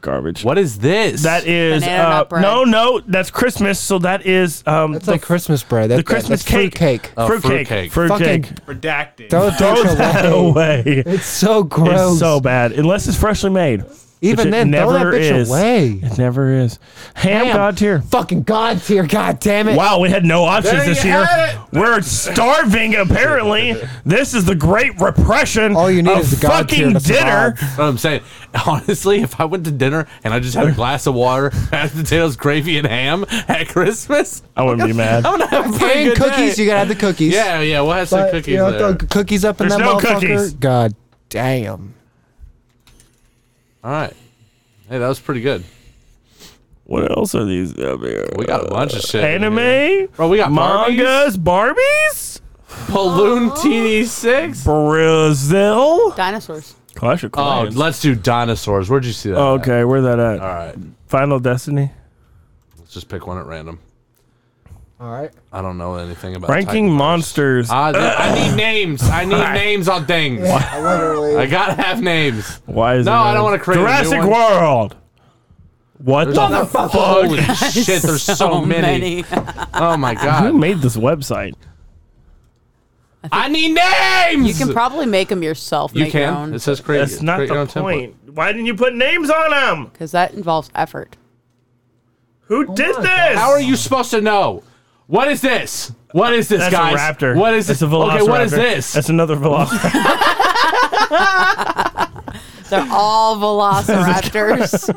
S1: Garbage.
S2: What is this?
S1: That is
S4: Banana
S1: uh,
S4: nut bread.
S1: no, no. That's Christmas. So that is um.
S5: That's like Christmas bread. That,
S1: the Christmas
S5: that's fruit
S1: cake.
S5: cake.
S2: Oh,
S1: fruit
S2: fruit
S1: cake.
S2: cake.
S1: Fruit
S5: Fucking
S1: cake.
S7: Redacted.
S5: Throw,
S1: Throw
S5: that
S1: that
S5: away.
S1: away.
S5: [laughs] It's so gross.
S1: It's so bad. Unless it's freshly made.
S5: Even
S1: Which it
S5: then, throw that
S1: never
S5: bitch
S1: is.
S5: away.
S1: It never is. Ham,
S5: Damn.
S1: God tier.
S5: Fucking god tier. God damn it.
S1: Wow, we had no options
S2: There
S1: this
S2: you
S1: year.
S2: had it.
S1: We're starving, apparently. This is the great repression.
S5: All you need
S1: of
S5: is the god tier
S1: fucking
S5: to
S1: dinner.
S5: survive.
S2: That's what I'm saying. [laughs] Honestly, if I went to dinner and I just had a glass of water, [laughs] mashed potatoes, gravy, and ham at Christmas,
S1: I wouldn't be
S2: [laughs]
S1: mad.
S2: I'm gonna have a pretty
S5: And
S2: good
S5: cookies.
S2: day.
S5: You gotta have the cookies.
S2: yeah, yeah, we'll have some
S5: But,
S2: cookies
S5: you know,
S2: there.
S5: throw c- cookies up in
S1: There's
S5: that
S1: no
S5: motherfucker.
S1: cookies.
S5: God damn.
S2: All right. Hey, that was pretty good.
S1: What else are these? up here?
S2: We got a bunch of shit. in
S1: Anime?
S2: here. Bro, we got
S1: mangas, Barbies,
S2: Balloon TD six.
S1: Brazil.
S4: Dinosaurs.
S1: Clash of
S2: Oh,
S1: Clans.
S2: let's do dinosaurs. Where'd you see that? at?
S1: okay, where that at?
S2: All right.
S1: Final Destiny.
S2: Let's just pick one at random.
S5: All right.
S2: I don't know anything about
S1: Ranking
S2: Titan.
S1: monsters.
S2: Ah, th- I
S1: [laughs]
S2: need names. I need names on things.
S5: I literally.
S2: I gotta have names.
S1: Why is
S2: No,
S1: it
S2: I don't
S1: not-
S2: wanna create a new
S1: Jurassic
S2: one.
S1: World. What the fuck?
S2: Holy shit, there's so,
S4: Oh,
S2: many. Oh my
S1: Who
S2: god.
S1: made this website?
S2: I need names!
S4: You can probably make them yourself.
S2: You
S4: make your
S2: can?
S4: own
S2: It says create,
S1: That's not
S2: create your
S1: the
S2: own template.
S1: point. Why didn't you put names on them?
S4: because that involves effort.
S1: Who did
S2: Oh
S1: this?
S2: How are you supposed to know? What is this? What is this,
S1: That's
S2: guys?
S1: a raptor.
S2: What is this?
S1: That's a velociraptor.
S2: okay, what is this?
S1: That's another velociraptor. [laughs]
S4: They're all
S2: [laughs]
S4: velociraptors.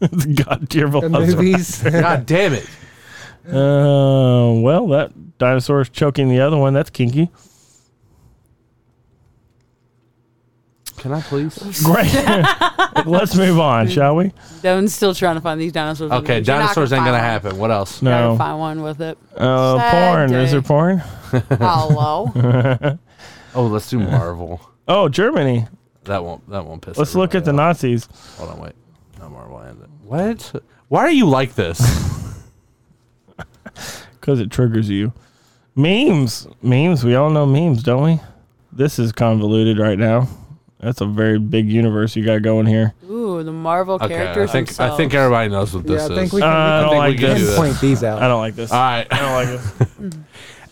S1: It's a god tier
S5: The
S1: velociraptor. [laughs]
S2: [laughs]
S5: movies.
S2: God damn it.
S1: Uh, well, that dinosaur's choking the other one. That's kinky. [laughs]
S2: Can I please? [laughs]
S1: Great. Let's move on, shall we?
S4: Dylan's still trying to find these dinosaurs.
S2: Okay, dinosaurs ain't gonna happen. What else?
S4: Trying to
S1: No.
S4: find one
S2: [laughs]
S4: with it.
S1: Uh,
S4: Sad
S1: porn. Is
S4: day.
S1: there porn?
S4: Hello.
S2: Oh, let's do Marvel.
S1: Oh, Germany.
S2: That won't. That won't piss.
S1: Let's look at the
S2: everybody
S1: Nazis.
S2: off. Hold on, wait. No Marvel. and- What? Why are you like this?
S1: Because it triggers you. Memes. Memes. We all know memes, don't we? This is convoluted right now. That's a very big universe you got going here.
S4: Ooh, the Marvel
S2: Okay, I
S4: characters.
S2: think I think
S4: themselves.
S2: everybody knows what this
S5: yeah,
S2: is.
S5: I think we
S1: Uh,
S5: can,
S1: I
S2: think
S1: don't
S2: we
S1: like
S2: can
S5: we
S2: do
S5: can
S1: this.
S2: that.
S5: point these out.
S1: I don't like this.
S2: All
S1: I
S2: right, [laughs]
S1: don't like this.
S5: Mm-hmm.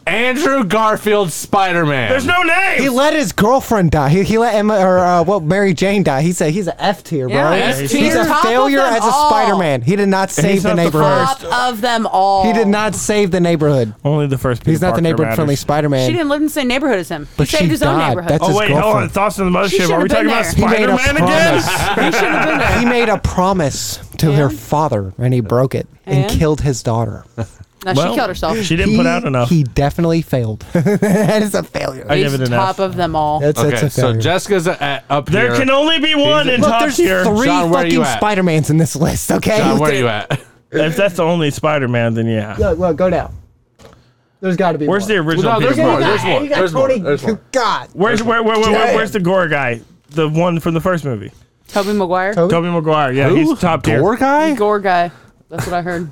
S2: Andrew Garfield Spider Man.
S1: There's no name.
S5: He let his girlfriend die. He, he let Emma or uh, what Mary Jane die. He said he's a F tier, bro.
S4: Yeah,
S2: F
S5: he's,
S2: tier.
S5: a
S4: Top of
S5: failure
S4: them
S5: as a
S4: all.
S5: Spider-Man. He did not save the
S1: not the
S5: neighborhood.
S1: first.
S4: top of them all.
S5: he did not save the neighborhood.
S1: Only the first.
S5: He's
S1: Peter
S5: not the
S1: Parker
S5: neighborhood-friendly
S1: matters.
S4: She
S5: Spider-Man.
S4: didn't live in the same neighborhood as him. He
S5: But
S4: saved
S5: she
S4: his own
S5: died.
S4: neighborhood.
S5: That's
S1: Oh
S5: his
S1: wait, hold on.
S5: girlfriend.
S1: Thoughts on the
S4: She
S1: mothership.
S4: should've
S1: Are we
S4: been
S1: talking about
S4: there. He
S5: made a
S1: Spider-Man again?
S4: [laughs]
S5: promise.
S4: he should have been there.
S5: He made a promise to her father, and he broke it and,
S4: And?
S5: killed his daughter.
S4: No,
S1: Well,
S4: she killed herself.
S1: She didn't
S5: he,
S1: put out enough.
S5: He definitely failed. [laughs] that is a failure.
S1: I give
S4: He's
S1: it an
S4: top
S1: F.
S4: of them all.
S5: That's, that's
S2: Okay,
S5: a
S2: so
S5: failure.
S2: Jessica's at, up
S1: There
S2: here.
S1: can only be one in
S5: Look,
S1: top
S5: there's
S1: tier.
S5: three
S2: John, where are you
S5: fucking
S2: at?
S5: Spider-Mans in this list, okay?
S2: John, Uh,
S5: [laughs]
S2: where are you at? [laughs]
S1: If that's the only Spider-Man, then yeah.
S5: Look, look, go down. There's got to be
S1: Where's the
S5: one.
S1: original?
S2: no, there's
S1: Peter
S2: more,
S1: Parker?
S2: there's more,
S5: You got
S2: there's more,
S5: Tony-
S2: there's more.
S5: God.
S1: Where's where, where, where, where-
S5: Damn.
S1: where's the gore guy? The one from the first movie.
S4: Toby Maguire.
S5: Toby-
S1: Tobey Maguire. Yeah, he's top tier.
S2: Door guy?
S4: Gore guy. That's what I heard.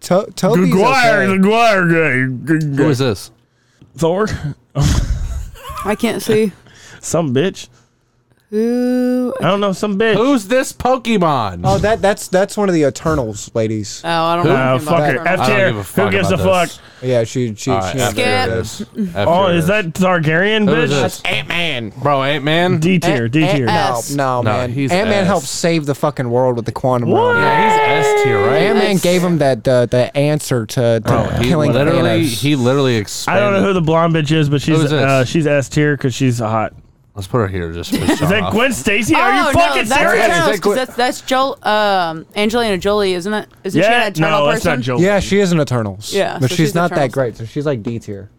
S5: To- Toby's
S1: Maguire,
S5: okay.
S1: the Maguire guy.
S2: Who is this?
S1: Thor?
S4: I can't see
S1: Some bitch.
S4: who.
S1: I don't know. Some bitch.
S2: Who's this Pokemon?
S5: Oh, that that's that's one of the Eternals ladies.
S4: Oh, I don't know.
S1: Uh,
S4: anything about
S1: fuck her.
S4: Eternals.
S2: I don't
S1: F tier.
S2: give a fuck
S1: Who gives a
S2: about
S1: fuck?
S2: this.
S5: Yeah, she she.
S2: All right,
S5: she
S2: after
S4: Skip.
S5: [laughs]
S2: this. After
S1: Oh, is
S2: this.
S1: that Targaryen
S2: Who
S1: bitch?
S2: is this? Ant Man, bro. Ant Man.
S1: D tier. D tier.
S4: eh.
S5: no,
S4: S.
S5: no, man.
S2: he's
S5: Ant Man
S2: S.
S5: helped save the fucking world with the quantum
S1: What?
S5: realm.
S2: Yeah, he's S tier, right? Oh,
S5: Ant Man gave him that the the answer to, to
S2: He
S5: killing
S2: literally,
S5: Thanos.
S2: he literally
S1: I
S2: expanded.
S1: don't know who the blonde bitch is, but she's
S2: is this?
S1: uh, she's S tier because she's hot.
S2: Let's put her here just for Is
S1: [laughs] Is that Gwen Stacy? Are you
S4: Oh,
S1: fucking
S4: no, that's
S1: serious?
S4: Eternals,
S2: Is that
S4: 'cause
S2: Gwen-
S4: that's that's Joel, um, Angelina Jolie, isn't it? Isn't she
S1: Yeah,
S4: an Eternal
S1: no, that's
S4: person?
S1: not Joel.
S5: yeah, she is an Eternals.
S4: Yeah,
S5: but
S4: so
S5: she's,
S4: she's
S5: not that
S4: Eternals.
S5: great, so she's like D tier.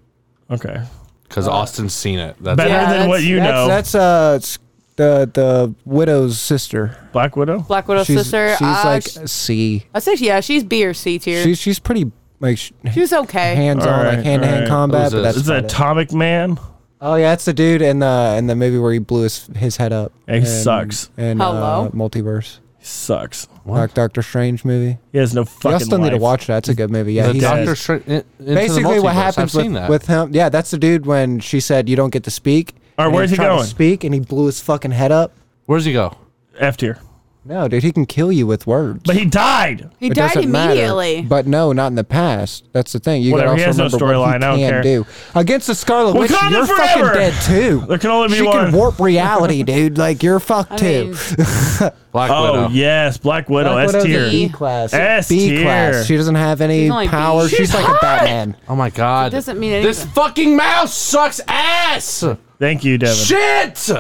S1: Okay,
S2: Because Austin's seen it. That's
S1: better
S4: Yeah,
S1: than
S4: that's-
S1: what you
S5: That's
S1: know.
S5: that's uh it's the the widow's sister.
S1: Black Widow.
S4: Black Widow
S5: she's
S4: sister.
S5: she's
S4: uh,
S5: like
S4: sh-
S5: C.
S4: I said, yeah, she's B or C tier.
S5: She's she's pretty like sh-
S4: she was okay.
S5: hands on,
S1: Alright,
S5: like hand to
S1: alright.
S5: hand combat.
S2: Who's
S5: But
S2: this?
S5: that's
S1: Is that
S5: about it.
S1: Atomic Man?
S5: Oh yeah, that's the dude in the in the movie where he blew his his head up.
S1: He sucks.
S5: And
S4: Hello?
S5: uh, multiverse,
S1: Sucks.
S5: like Doctor Strange movie.
S1: He has no fucking.
S5: Y'all still need to
S1: life.
S5: watch that. It's a good movie. Yeah,
S2: the
S5: he's-
S2: Doctor
S1: dead.
S2: Strange. in- Into the
S5: basically
S2: Multiverse.
S5: what happens
S2: I've
S5: with,
S2: seen that.
S5: with him. Yeah, that's the dude when she said you don't get to speak.
S1: All right,
S5: and
S1: where's he
S5: tried to
S1: going?
S5: speak and he blew his fucking head up.
S2: Where's he go?
S1: F tier.
S5: No, dude, he can kill you with words.
S1: But he died.
S4: he
S5: It
S4: died
S5: doesn't matter.
S4: immediately.
S5: But no, not in the past. That's the thing. You
S1: Whatever,
S5: gotta
S1: he
S5: also
S1: has no
S5: remember what
S1: storyline, I don't
S5: he
S1: care.
S5: can do against the Scarlet Witch.
S1: Wakanda
S5: You're
S1: forever!
S5: fucking dead too.
S1: There can only be
S5: she
S1: one.
S5: can warp reality, dude. Like you're fucked
S4: I
S5: too.
S4: mean,
S2: Black
S1: Oh
S2: Widow.
S1: yes, Black Widow.
S5: Black
S1: S
S5: Widow's
S1: tier.
S5: a E B class.
S1: S
S5: B
S1: tier.
S5: class. She doesn't have any
S4: She's only B.
S5: power. She's,
S4: She's
S5: like a Batman.
S2: Oh my God.
S4: doesn't mean
S2: This
S4: anything.
S2: fucking mouse sucks ass.
S1: Thank you, Devin.
S2: Shit.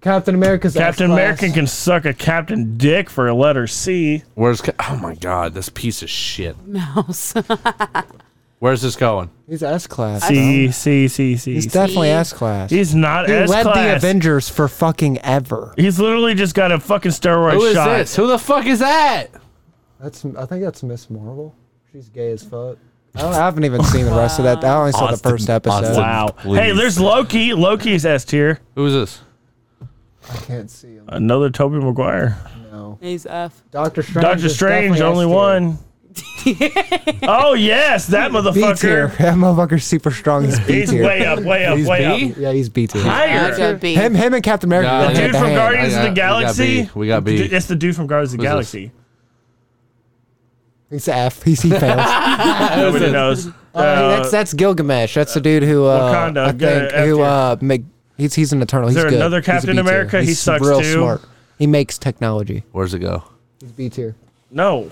S5: Captain America's
S1: Captain American can suck a captain dick for a letter C.
S2: Where's? Ca- Oh my God. This piece of shit.
S4: mouse. [laughs]
S2: Where's this going?
S5: He's S class.
S1: C C C C.
S5: He's
S1: C.
S5: definitely S class.
S1: He's not
S5: He
S1: S
S5: led the
S1: class.
S5: Avengers for fucking ever.
S1: He's literally just got a fucking steroid
S2: Who is
S1: shot.
S2: this? Who the fuck is that?
S5: That's I think that's Miss Marvel. She's gay as fuck. I, don't, I haven't even seen the rest of that. I only saw the first episode.
S1: Wow. Hey, there's Loki. Loki's S tier.
S2: Who is this?
S5: I can't see him.
S1: Another Toby Maguire.
S5: No.
S4: He's F.
S1: [laughs]
S5: Doctor Strange.
S1: Doctor Strange, only one.
S5: [laughs]
S7: Oh yes, that
S5: B tier. [laughs]
S7: motherfucker.
S5: That motherfucker's super strong. He's B
S7: He's
S5: tier.
S7: way up, way up,
S2: He's
S7: way
S2: B?
S7: up.
S5: Yeah, he's B tier.
S4: I've
S7: Higher.
S4: got B.
S5: Him, him, and Captain America.
S2: Nah,
S5: go
S2: I
S5: hand
S7: Dude
S5: to
S7: from
S5: hand.
S7: Guardians
S2: I got-
S7: of the
S2: we got
S7: Galaxy.
S2: B. We got B.
S7: It's the dude from Guardians of the
S2: Who's
S7: Galaxy.
S5: He's F. He's
S1: [laughs]
S5: he fails.
S7: Nobody knows.
S5: Uh,
S7: Uh,
S5: that's that's Gilgamesh. That's the dude who uh,
S7: Wakanda,
S5: I think
S7: uh,
S5: who
S7: F-tier.
S5: uh, make he's he's an eternal. Is he's
S7: there
S5: good.
S7: another
S5: He's a
S7: Captain
S5: B tier.
S7: America? He
S5: He's
S7: sucks
S5: real
S7: too.
S5: Smart. He makes technology.
S2: Where's it go?
S5: He's B tier.
S7: no.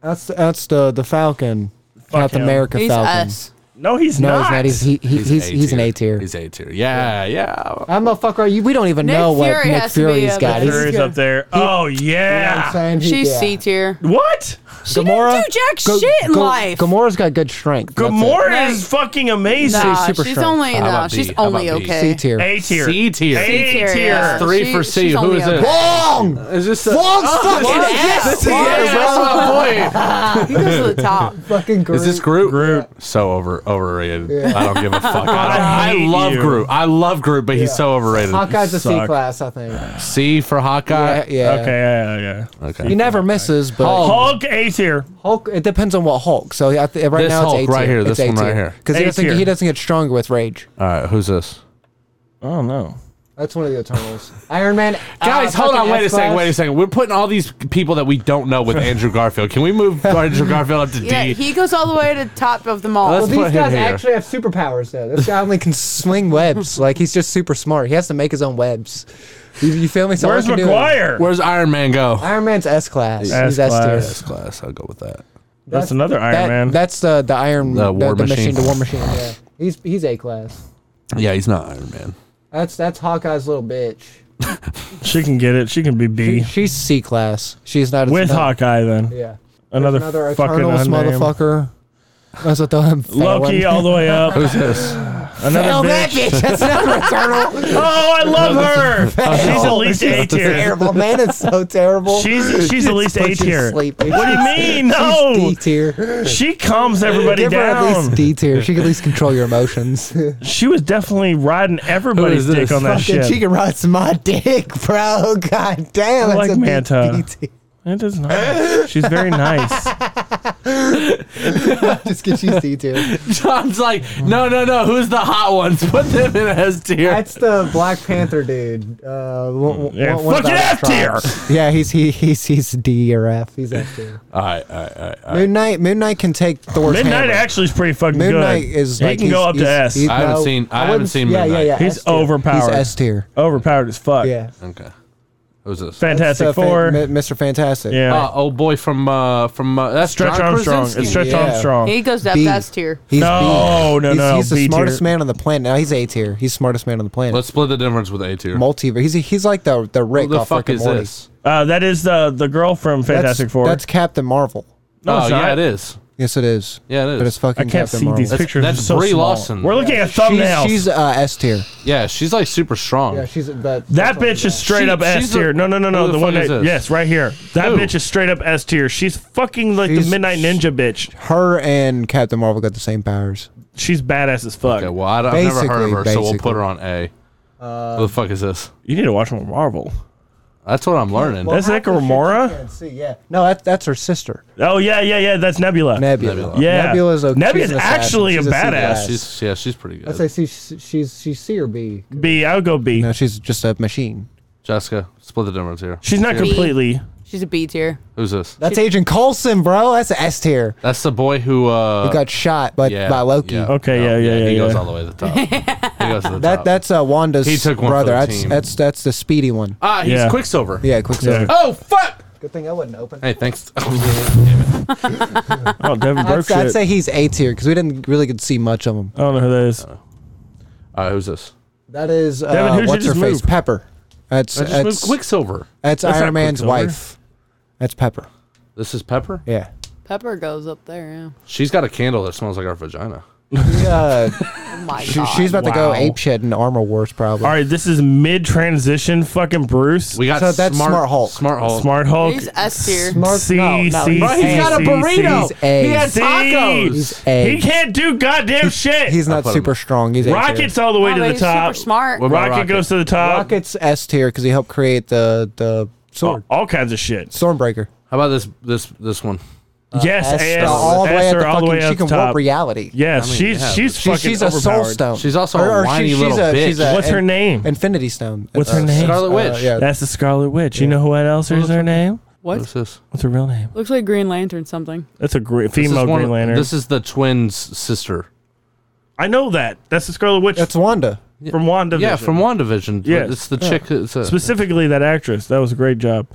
S5: That's that's the the Falcon. Captain
S7: him.
S5: America
S4: He's
S5: Falcon.
S4: us.
S7: No, he's
S5: No, he's not.
S7: not.
S5: He's he, he, he's, he's, an A tier.
S2: He's A tier. Yeah, yeah.
S5: I'm a fucker. You, we don't even
S4: Nick
S5: know what
S4: Fury
S5: Nick
S4: has to be
S5: Fury's
S4: a
S5: got.
S4: bit-
S5: He's,
S7: Fury's
S4: good.
S7: up there. oh yeah.
S5: I'm saying he-
S4: She's
S5: yeah.
S4: C tier.
S7: What?
S4: She
S5: Gamora-
S4: didn't do jack
S5: Go-
S4: shit in
S5: Go-
S4: life.
S5: Gamora's got good strength. That's it.
S7: Gamora
S4: Right.
S7: is fucking amazing.
S4: Nah,
S5: super
S4: she's
S5: strong.
S4: only
S2: How
S4: no,
S2: about B?
S4: she's
S2: How
S4: only
S2: about B?
S4: okay.
S5: C tier.
S7: A tier.
S2: C tier.
S7: A
S2: C
S7: tier.
S4: tier, yeah.
S2: Three
S4: She-
S2: for C.
S4: she's
S2: Who
S4: only
S2: is
S4: okay.
S2: it?
S5: Wong.
S2: Is this a, Oh,
S5: Wong's fucking
S2: this-
S5: ass.
S2: this is-
S5: Wong.
S2: yeah, that's my point.
S4: He goes
S7: [laughs]
S4: to the top.
S5: Fucking great.
S2: Is this Groot? Groot. So over overrated. I don't give a fuck.
S7: [laughs] I
S2: I, don't- I
S7: hate
S2: love
S7: you.
S2: Groot. I love Groot, but he's so overrated.
S5: Hawkeye's a C
S7: Suck.
S5: class, I think.
S2: C for
S5: Yeah,
S2: Hawkeye.
S5: yeah.
S7: Okay, yeah, yeah, yeah.
S5: He
S2: Okay.
S5: never misses, but
S7: Hulk A tier.
S5: Hulk. It depends on what Hulk. So I th- right
S2: This
S5: now
S2: Hulk
S5: it's A
S2: right here,
S5: It's
S2: this one right here.
S5: Because he doesn't
S7: A-tier.
S5: he doesn't get stronger with rage.
S2: All right. Who's this?
S7: Oh no.
S5: That's one of the Eternals. [laughs] Iron Man.
S2: Guys,
S5: uh,
S2: hold
S5: fucking
S2: on. Wait a second.
S5: S-class.
S2: Wait a second. We're putting all these people that we don't know with Andrew Garfield. Can we move Andrew Garfield up to D?
S4: Yeah, he goes all the way to top of them all.
S2: Let's put
S5: Well, these
S2: him
S5: guys
S2: here.
S5: actually have superpowers though. This guy only can swing [laughs] webs. Like he's just super smart. He has to make his own webs. You, you feel me? So
S7: Where's McGuire?
S2: Where's Iron Man go?
S5: Iron Man's S class. He's S
S7: S-class.
S5: tier.
S7: That's
S2: class. I'll go with that.
S7: That's another Iron
S5: That-
S7: Man.
S5: That's the the Iron
S2: The
S5: the,
S2: War
S5: the
S2: Machine.
S5: machine. The War Machine. Yeah. [laughs] He's he's A class.
S2: Yeah, he's not Iron Man.
S5: That's that's Hawkeye's little bitch.
S7: she can get it. She can be B.
S5: She's C class. She's not
S7: With
S5: not-
S7: Hawkeye then.
S5: Yeah.
S7: Another,
S5: Another
S7: fucking
S5: Eternals
S7: unnamed.
S5: motherfucker. That's what the
S7: Loki all the way up.
S2: Who's this? [laughs]
S7: Another
S5: Hell, that
S7: bitch.
S5: bitch.
S7: [laughs]
S5: That's
S7: uh,
S5: another Eternal.
S7: Oh, I love her. She's at least A tier.
S5: terrible, man. It's so terrible.
S7: She's she's at least A
S5: Puts you to
S7: tier.
S5: sleep.
S7: What do you mean? No,
S5: D tier.
S7: she calms everybody
S5: Give her at least
S7: down.
S5: D tier. She can at least control your
S7: [laughs]
S5: emotions.
S7: She was definitely riding everybody's
S2: Who is
S7: dick
S2: this?
S7: on that
S5: Fucking she
S7: shit.
S5: can ride some my dick, bro. God damn.
S7: like
S5: that's a big
S7: Manta.
S5: D tier.
S7: It is nice.
S5: [laughs]
S7: She's very nice.
S5: Just get you D
S7: [laughs]
S5: tier.
S2: John's like, no, no, no. Who's the hot ones? [laughs] Put them in S tier.
S5: That's the Black Panther dude. Uh, one, one-
S7: Mm, Yeah,
S5: one of
S7: fucking
S5: the
S7: F tier.
S5: tribes. Yeah, he's he, he's he's D or F. He's F tier.
S2: all right, all right, all right. All right.
S5: Moon Knight. Moon Knight can take Thor's
S7: Midnight
S5: hammer.
S7: actually is pretty fucking
S5: Moon
S7: good.
S5: Knight is
S7: he
S5: like
S7: can
S5: he's-
S7: go up to
S5: he's-
S7: S.
S5: he's-
S2: I haven't
S5: no,
S2: seen- I haven't
S5: wouldn't-
S2: seen
S5: Yeah,
S2: Moon
S5: yeah,
S2: Knight.
S5: yeah.
S7: He's
S5: S tier.
S7: overpowered.
S5: He's S tier.
S7: Overpowered as fuck.
S5: Yeah.
S2: Okay. Who's this?
S7: Fantastic
S5: That's, uh, Fan-
S7: Four.
S5: Mi- Mr. Fantastic.
S7: yeah.
S2: Uh, oh boy, from uh, from uh, that's
S7: Stretch
S2: John
S7: Armstrong.
S2: Krasinski.
S7: It's Stretch
S5: Yeah.
S7: Armstrong.
S4: He goes up
S5: B.
S4: that's tier.
S5: He's
S7: No,
S5: B.
S7: no,
S5: he's,
S7: no,
S5: He's the
S7: B tier.
S5: smartest man on the planet. Now he's A tier. He's smartest man on the planet.
S2: Let's split the difference with A tier.
S5: Multiverse. He's he's like the the
S2: Who
S5: Rick
S2: the
S5: off
S2: fuck
S5: Rick and
S2: is
S5: Morty.
S2: this?
S7: Uh, that is the the girl from
S5: That's-
S7: Fantastic Four.
S5: That's Captain Marvel.
S7: No,
S2: oh
S7: it's
S2: yeah, it
S7: not.
S2: is.
S5: Yes, it is.
S2: Yeah, it is.
S5: But it's fucking
S7: I can't
S5: Captain
S7: see
S5: Marvel.
S7: these
S2: That's-
S7: pictures.
S2: that's
S7: They're so
S2: Brie
S7: small.
S2: Lawson.
S7: We're looking at thumbnails.
S5: She's, she's uh, S tier.
S2: Yeah, she's like super strong.
S5: she's that.
S7: that bitch is straight
S2: She-
S7: up
S2: she's
S7: S
S2: the-
S7: tier. No, no, no,
S2: who
S7: no.
S2: the
S7: The, one
S2: fuck is
S7: that
S2: this?
S7: yes, right here. That
S2: Who?
S7: bitch is straight up S tier. She's fucking like
S5: She's-
S7: the Midnight Ninja bitch.
S5: Her and Captain Marvel got the same powers.
S7: She's badass as fuck.
S2: okay, well, I don't, I've never heard of her,
S5: Basically,
S2: so we'll put
S5: basically.
S2: her on A. Who the fuck is this?
S7: You need to watch more Marvel.
S2: That's what I'm learning.
S7: That's
S5: half
S7: like
S5: the shit you
S7: Gamora?
S5: can't see, Yeah. No, that, that's her sister,
S7: Oh yeah, yeah, yeah. That's Nebula.
S5: Nebula.
S2: Nebula.
S7: Yeah.
S5: Nebula's a
S7: Nebula's
S5: she's an assassin.
S7: actually a
S5: She's C
S7: badass.
S5: class.
S2: she's yeah, she's pretty good.
S5: I'd say she's she's she's C or B.
S7: B. I would go B.
S5: No, she's just a machine.
S2: Jessica, split the difference here.
S7: She's not completely.
S4: She's a B tier.
S2: Who's this?
S5: That's Agent Coulson, bro. That's a S tier.
S2: That's the boy who uh,
S5: Who got shot by,
S2: yeah,
S5: by Loki.
S2: yeah,
S7: Okay, yeah, yeah,
S2: He
S7: yeah,
S2: goes
S7: yeah.
S2: all the way to the top. he goes to the
S5: That
S2: top.
S5: that's uh, Wanda's
S2: He took one for
S5: brother.
S2: the
S5: that's
S2: team.
S5: that's that's the speedy one.
S2: ah, he's
S7: Yeah.
S2: Quicksilver.
S5: Yeah, Quicksilver.
S7: Yeah.
S2: Oh fuck!
S5: Good thing I wasn't open.
S2: Hey, thanks. [laughs]
S7: Oh, Devin Burke.
S5: I'd, I'd
S7: shit.
S5: say he's A tier because we didn't really get to see much of him.
S7: I don't know who that is.
S2: All right, who's this?
S5: That is uh,
S7: Devin, who'd you
S5: what's her
S7: just
S5: face?
S7: move?
S5: Pepper. That's
S2: I just moved
S5: that's,
S2: Quicksilver.
S5: that's
S7: That's
S5: Iron
S7: not
S5: Man's
S7: Quicksilver.
S5: wife. That's Pepper.
S2: This is Pepper.
S5: Yeah.
S4: Pepper goes up there,
S2: She's got a candle that smells like our vagina.
S5: Uh,
S4: yeah. Oh my
S5: she,
S4: god.
S5: she's about to go
S7: Wow.
S5: ape shit in Armor Wars probably.
S7: All right, this is mid transition. Fucking Bruce.
S2: We got
S5: So that's
S2: smart,
S5: Smart Hulk.
S2: Smart Hulk.
S7: Smart Hulk.
S4: He's S tier.
S5: Smart-
S7: C,
S5: no, no,
S7: C,
S5: Bro, he's
S7: C,
S5: got a
S7: C,
S5: burrito.
S7: C.
S5: He's A. He had
S7: C.
S2: tacos.
S5: He's A.
S7: He can't do goddamn shit.
S5: He's not
S2: put him-
S5: super strong. He's A tier.
S7: Rocket's uh, all the way
S4: Oh,
S7: to
S4: but
S7: the
S4: he's
S7: top.
S4: Super smart.
S2: What-
S7: Rocket,
S2: Rocket.
S7: goes to the top.
S5: Rocket's S tier because he helped create the the
S7: all,
S5: sword
S7: all kinds of shit.
S5: Stormbreaker.
S2: How about this? This this one.
S7: yes,
S5: Esther,
S7: Esther,
S5: Uh, all the way at the
S7: all the
S5: fucking,
S7: way
S5: she
S7: up
S5: can
S7: top.
S5: warp reality.
S7: Yes,
S8: I mean,
S7: she's
S8: yeah,
S7: she's
S5: She-
S7: fucking
S5: she's a soul
S7: overpowered.
S5: stone.
S2: She's also a whiny little bitch.
S7: What's her
S5: in-
S7: name?
S5: Infinity Stone.
S7: What's
S5: Uh,
S7: her name?
S2: Scarlet
S5: uh,
S2: Witch.
S5: yeah.
S7: That's the Scarlet Witch. You know who else is her name?
S2: What is this?
S7: What's her real name?
S4: Looks like Green Lantern something.
S7: That's a great
S2: This is
S7: female
S2: one-
S7: Green Lantern.
S2: This is the twins' sister.
S7: I know that. That's the Scarlet Witch
S5: That's Wanda.
S7: from WandaVision.
S2: Yeah, from WandaVision.
S7: Yeah.
S2: It's the chick. It's a,
S7: specifically that actress. That was a great job.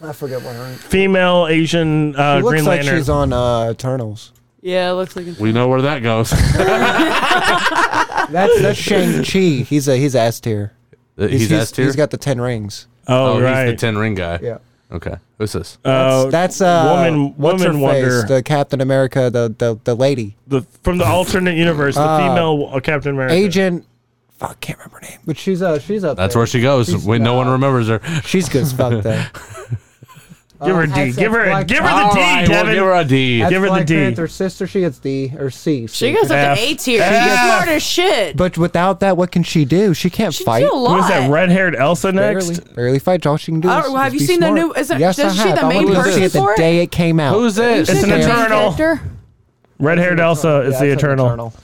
S5: I forget what her name.
S7: Female Asian uh,
S5: It looks
S7: Green
S5: like
S7: Lantern.
S5: she's on uh, Eternals.
S4: Yeah, it looks like.
S2: we know where that [laughs] goes.
S5: That's
S7: [laughs]
S5: that's Shang Chi. He's a he's S tier.
S2: he's S tier.
S5: He's got the ten rings.
S7: oh,
S2: oh,
S7: right.
S2: he's the ten ring guy.
S5: Yeah.
S2: Okay. Who's this?
S7: Uh,
S5: That's uh,
S7: woman.
S5: what's
S7: woman
S5: her
S7: Wonder.
S5: face? The Captain America, the the, the lady,
S7: the from the alternate universe, the female uh, Captain America.
S5: agent. Fuck, can't remember her name. But she's uh, she's up.
S2: That's
S5: there.
S2: where she goes
S5: She's-
S2: when no one
S5: uh,
S2: remembers her.
S5: She's good as fuck
S7: [laughs]
S5: though.
S7: Give her a D.
S5: Access
S7: Give her a,
S5: Black-
S7: give her the
S2: All
S7: D,
S2: right, we'll
S7: Kevin.
S2: give her a D.
S5: That's
S7: Give her the
S5: Black
S7: D.
S5: Panther's sister. She gets D or C.
S4: She goes up
S7: F.
S4: to A tier.
S7: F.
S4: She's smart as shit.
S5: But without that, what can she do? She can't
S4: She
S5: fight.
S4: did a lot.
S7: Who is that red-haired Elsa next?
S5: Barely, barely fight. All she can do
S4: I
S5: is,
S4: don't- have
S5: is
S4: you
S5: be
S4: seen the
S5: smart.
S4: new- is it-
S5: yes,
S4: does
S5: I
S4: she
S5: have.
S4: the
S5: I
S4: main
S5: went to
S2: person
S5: see it
S4: for
S5: the
S4: it?
S5: day it came out.
S2: Who's this?
S7: It's an
S5: Barely.
S7: Eternal. Red-haired Elsa is
S5: Yeah,
S7: the
S5: it's an
S7: Eternal.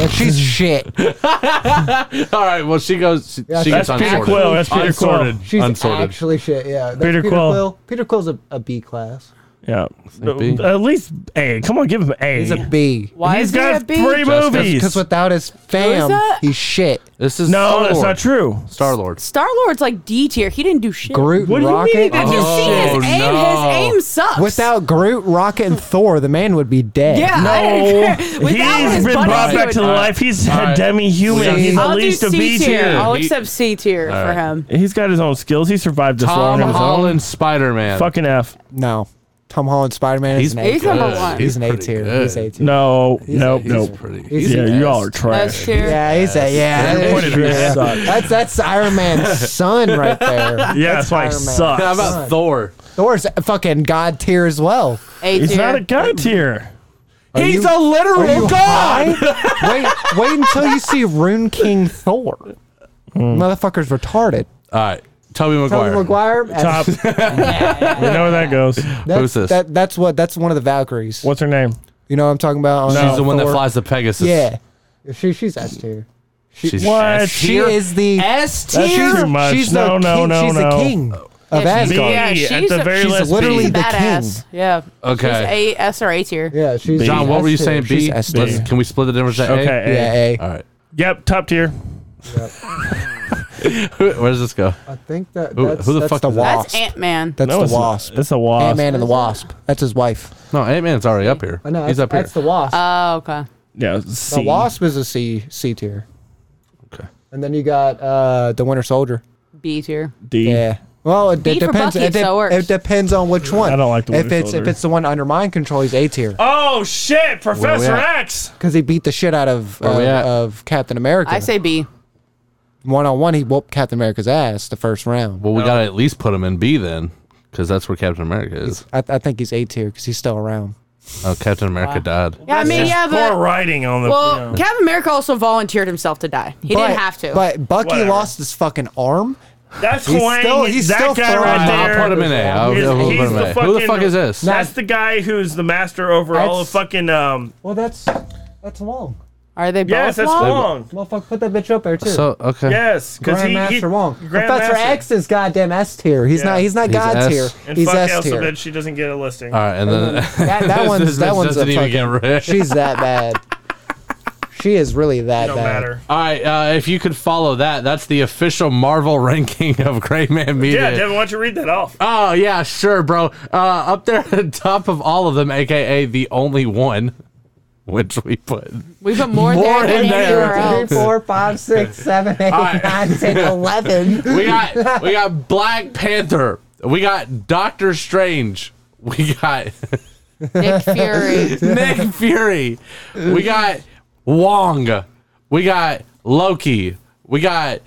S5: And
S7: [laughs]
S5: she's shit.
S2: [laughs] All right. Well, she goes. She,
S5: Yeah,
S2: she
S5: that's
S2: gets
S7: Peter
S2: unsorted.
S7: Quill, that's Peter Quill.
S2: unsorted.
S5: She's
S2: unsorted.
S5: actually shit. Yeah. That's
S7: Peter Quill.
S5: Peter Quill's a, a B class.
S7: Yeah,
S2: B.
S7: at least A. Come on, give him A.
S5: He's a B.
S4: Why
S7: He's
S4: is he
S7: got
S4: a B?
S7: three
S2: Just 'cause-
S7: movies.
S5: Because without his fam,
S4: that?
S5: he's shit.
S2: This is
S7: no,
S2: Star-Lord.
S7: that's not true.
S2: Star Lord.
S4: Star Lord's like D tier. He didn't do shit.
S5: Groot,
S7: What do
S5: and
S7: you mean
S5: Rocket.
S7: he didn't
S4: Did you see
S2: Oh,
S4: his aim?
S2: no.
S4: His aim sucks.
S5: Without Groot, Rocket, and Thor, the man would be dead.
S4: yeah, I
S7: No,
S4: agree.
S7: he's
S4: [laughs] Without his
S7: been
S4: buddies,
S7: brought
S4: he
S7: back
S4: would-
S7: to
S2: All right.
S7: life. He's
S2: All
S7: a
S2: right.
S7: demi-human. He's
S4: I'll
S7: the
S4: do
S7: least of
S4: C
S7: B
S4: tier.
S7: tier.
S4: I'll
S2: He-
S4: accept C tier
S2: All
S4: for
S2: right.
S4: him.
S7: He's got his own skills. He survived this long
S2: Tom
S7: on his own.
S2: Holland Spider Man.
S7: Fucking F.
S5: No. Tom Holland, Spider Man is
S2: He's
S5: an A
S4: He's
S5: tier.
S4: number one.
S5: He's an A
S2: pretty
S5: tier.
S2: good.
S5: He's A tier.
S7: No, nope,
S2: he's
S7: nope.
S2: pretty-
S5: He's
S7: Yeah,
S5: an
S7: you
S5: S.
S7: all are
S4: S
S7: trash.
S4: tier.
S5: Yeah, he's a yeah.
S7: Your
S5: that
S7: point
S5: is
S7: of view
S5: true.
S7: sucks.
S5: That's that's Iron Man's [laughs] son right there.
S7: [laughs] Yeah, that's why he
S5: Iron Man.
S7: sucks.
S2: How about Thor?
S5: Thor's a fucking god tier as well.
S4: A
S7: He's
S4: tier.
S7: not a god tier.
S5: Are
S2: He's
S5: you-
S2: a
S5: are
S2: literal
S5: you
S2: god.
S5: high? [laughs] wait, wait until you see Rune King Thor. Hmm. Motherfucker's retarded.
S2: All right, Toby
S5: Tobey
S2: Maguire.
S5: Maguire.
S7: Top. we know where that goes.
S5: That's,
S2: Who's this?
S5: That, that's what. That's one of the Valkyries.
S7: What's her name?
S5: You know what I'm talking about?
S7: No.
S2: She's the one that
S5: Oh, Thor.
S2: flies the Pegasus.
S5: Yeah, she she's S tier.
S2: She's
S7: What?
S2: S
S5: She
S2: tier?
S5: is the
S2: S
S7: That's
S2: tier.
S7: too much.
S5: She's
S7: no,
S5: the
S7: no,
S5: king,
S7: no,
S5: she's
S7: no.
S5: the king of
S4: Yeah, she's-
S7: B
S5: Asgard.
S4: Yeah,
S7: at
S4: she's
S7: the
S4: a-
S7: very
S5: she's
S7: least.
S5: literally
S7: B.
S5: the
S4: Badass. Yeah.
S2: Okay.
S4: She's A S or A tier.
S5: Yeah, she's
S2: John, what were you saying? B.
S5: She's S
S2: Let's-
S5: tier.
S2: Can we split the difference? at A?
S7: Okay.
S5: Yeah,
S7: A.
S5: A.
S2: All right. [laughs]
S7: Yep. Top tier.
S2: Where does this go?
S5: I think that
S2: Who-
S5: that's,
S2: who the
S5: that's
S2: fuck
S5: the
S2: is that?
S5: wasp.
S4: That's Ant Man.
S5: That's
S7: No,
S5: the
S7: it's not.
S5: wasp.
S7: It's a wasp.
S5: Ant Man and the wasp. That's his wife.
S2: No, Ant Man's already up here.
S5: I know.
S2: He's
S5: that's,
S2: up here.
S5: That's the wasp.
S4: Oh, okay.
S7: Yeah.
S5: Uh, the
S7: C.
S5: wasp is a C C tier.
S2: Okay.
S5: And then you got uh, the Winter Soldier.
S4: B tier.
S7: D.
S5: Yeah. Well, it,
S4: B
S5: it
S4: for
S5: depends.
S4: Bucky,
S5: it, de-
S4: so it works.
S5: it depends on which one.
S7: I don't like the
S5: if
S7: Winter
S5: it's if
S7: Soldier.
S5: it's the one under mind control, he's A tier
S7: Oh shit! Professor
S2: at?
S7: X.
S5: because he beat the shit out of
S2: Where we
S5: uh,
S2: at?
S5: of Captain America.
S4: I say B.
S5: one on one, he whooped Captain America's ass the first round.
S2: Well, we gotta at least put him in B then, because that's where Captain America is.
S5: I, I think he's A tier because he's still around.
S2: Oh, Captain America died.
S4: Yeah, I mean, yeah,
S7: Poor
S4: but
S7: writing on the. you
S4: well,
S7: know.
S4: Captain America also volunteered himself to die. He
S5: but,
S4: didn't have to.
S5: But Bucky
S7: Whatever.
S5: lost his fucking arm.
S7: That's
S5: He's
S7: Huang.
S5: still- he's
S7: that
S5: still
S7: guy
S5: throwing
S7: right
S5: the-
S7: there.
S2: I'll put him in A. I'll,
S7: He's-
S2: I'll put
S7: he's
S2: him in
S7: the
S2: A. Oh, Who the
S7: fucking-
S2: fuck is this?
S7: That's the guy who's the master over all
S5: That's-
S7: of fucking. Um,
S5: Well, that's that's long.
S4: Are they both
S7: yes, that's
S4: wrong?
S7: Wong.
S5: Motherfucker, put that bitch up there too.
S2: So okay.
S7: Yes, because he, he
S5: Grandmaster Wong. Professor
S7: Grandmaster.
S5: X is goddamn S tier. He's
S7: Yeah.
S5: not. He's not
S2: He's
S5: God
S2: S.
S5: tier.
S7: And
S5: he's
S7: fuck
S5: S
S7: Elsa,
S5: tier.
S7: bitch, she doesn't get a listing.
S2: All right, and then [laughs]
S5: That, [laughs] that one's
S2: this
S5: that
S2: bitch
S5: one's a
S2: doesn't even get
S5: fucking.
S2: rid.
S5: She's that bad. She is really that
S7: Don't
S5: bad.
S7: matter.
S2: All right, uh, if you could follow that, that's the official Marvel [laughs] ranking of Gray Man
S7: Yeah,
S2: Media.
S7: Devin, why don't you read that off?
S2: oh yeah, sure, bro. Uh, up there at the top of all of them, aka the only one, which we put.
S4: We put more,
S2: More
S4: there
S2: in
S4: than
S2: there.
S4: anywhere
S5: Three,
S7: [laughs]
S4: else.
S5: four, five, six, seven, eight,
S2: right.
S5: nine, ten, eleven.
S2: We got we got Black Panther. We got Doctor Strange. We got
S4: Nick Fury.
S2: [laughs] Nick Fury. We got Wong. We got Loki. We got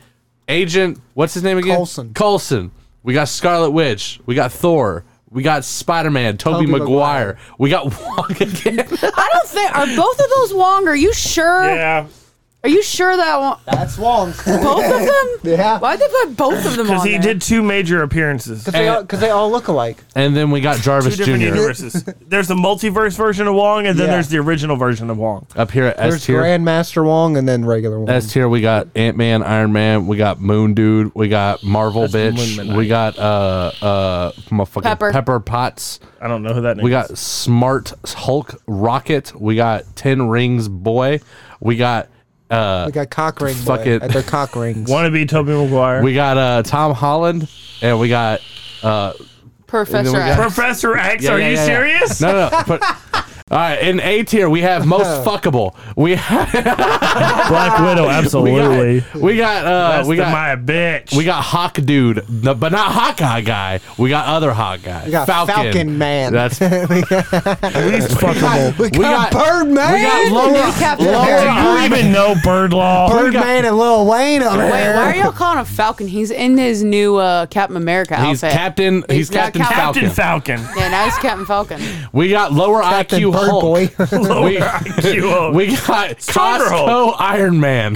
S2: Agent. What's his name again?
S5: Coulson.
S2: Coulson. We got Scarlet Witch. We got Thor. We got Spider Man. Toby
S5: Tobey
S2: Maguire. We got Wong again.
S4: I don't think are both of those Wong. Are you sure?
S7: Yeah.
S4: Are you sure that one?
S5: That's [laughs] Wong.
S4: Both of them?
S5: [laughs] Yeah.
S4: Why'd they put both of them
S7: Because
S4: on
S7: he
S4: there?
S7: did two major appearances.
S5: Because they, all- 'cause they all look alike.
S2: And then we got
S7: Two
S2: Jarvis
S7: different
S2: Jr.
S7: universes. [laughs] There's the multiverse version of Wong, and then
S5: Yeah.
S7: there's the original version of Wong.
S2: up here at S
S5: There's
S2: tier.
S5: Grandmaster Wong and then regular Wong.
S2: S tier, we got Ant Man, Iron Man, we got Moon Dude, we got Marvel Bitch, we got uh uh motherfucking
S4: Pepper.
S2: Pepper Potts,
S7: I don't know who that name
S2: we
S7: is.
S2: got Smart Hulk Rocket, we got Ten Rings Boy, we got uh
S5: we got cock ring
S2: Fuck
S5: boy
S2: it.
S5: at their cock
S7: [laughs]
S5: rings.
S7: Wannabe Toby Maguire.
S2: we got uh Tom Holland, and we got uh And then
S4: Professor
S2: we got-
S4: X.
S7: Professor X,
S2: Yeah,
S7: are
S2: yeah,
S7: you
S2: yeah, yeah. [laughs]
S7: serious?
S2: no no.
S7: [laughs]
S2: no but, all right, in A tier we have most fuckable. We have,
S7: Black Widow,
S2: [laughs] we
S7: absolutely.
S2: got we got uh
S7: That's
S2: we
S7: the-
S2: got
S7: my bitch.
S2: We got Hawk Dude, no, but not Hawkeye guy. We got other Hawkeye.
S5: we got Falcon, Man. [laughs]
S2: That's we
S7: at least fuckable.
S5: we, got,
S2: got-
S5: Birdman.
S2: got Laura.
S4: Captain
S5: Laura-
S4: America.
S7: I don't even know [laughs] bird law.
S5: Birdman and Lil Wayne over
S4: Wait,
S5: there.
S4: why are y'all calling him Falcon? He's in his new uh, Captain America
S2: He's
S4: outfit.
S2: Captain. He's,
S4: He's not
S2: Captain,
S4: Captain
S2: Falcon.
S7: Captain [laughs] Falcon.
S4: yeah, now he's Captain Falcon.
S2: we got lower
S5: Captain
S2: IQ
S5: Bird
S2: Hulk.
S5: Boy. [laughs]
S2: We, we got
S7: Stronger
S2: Costco
S7: Hulk.
S2: Iron Man.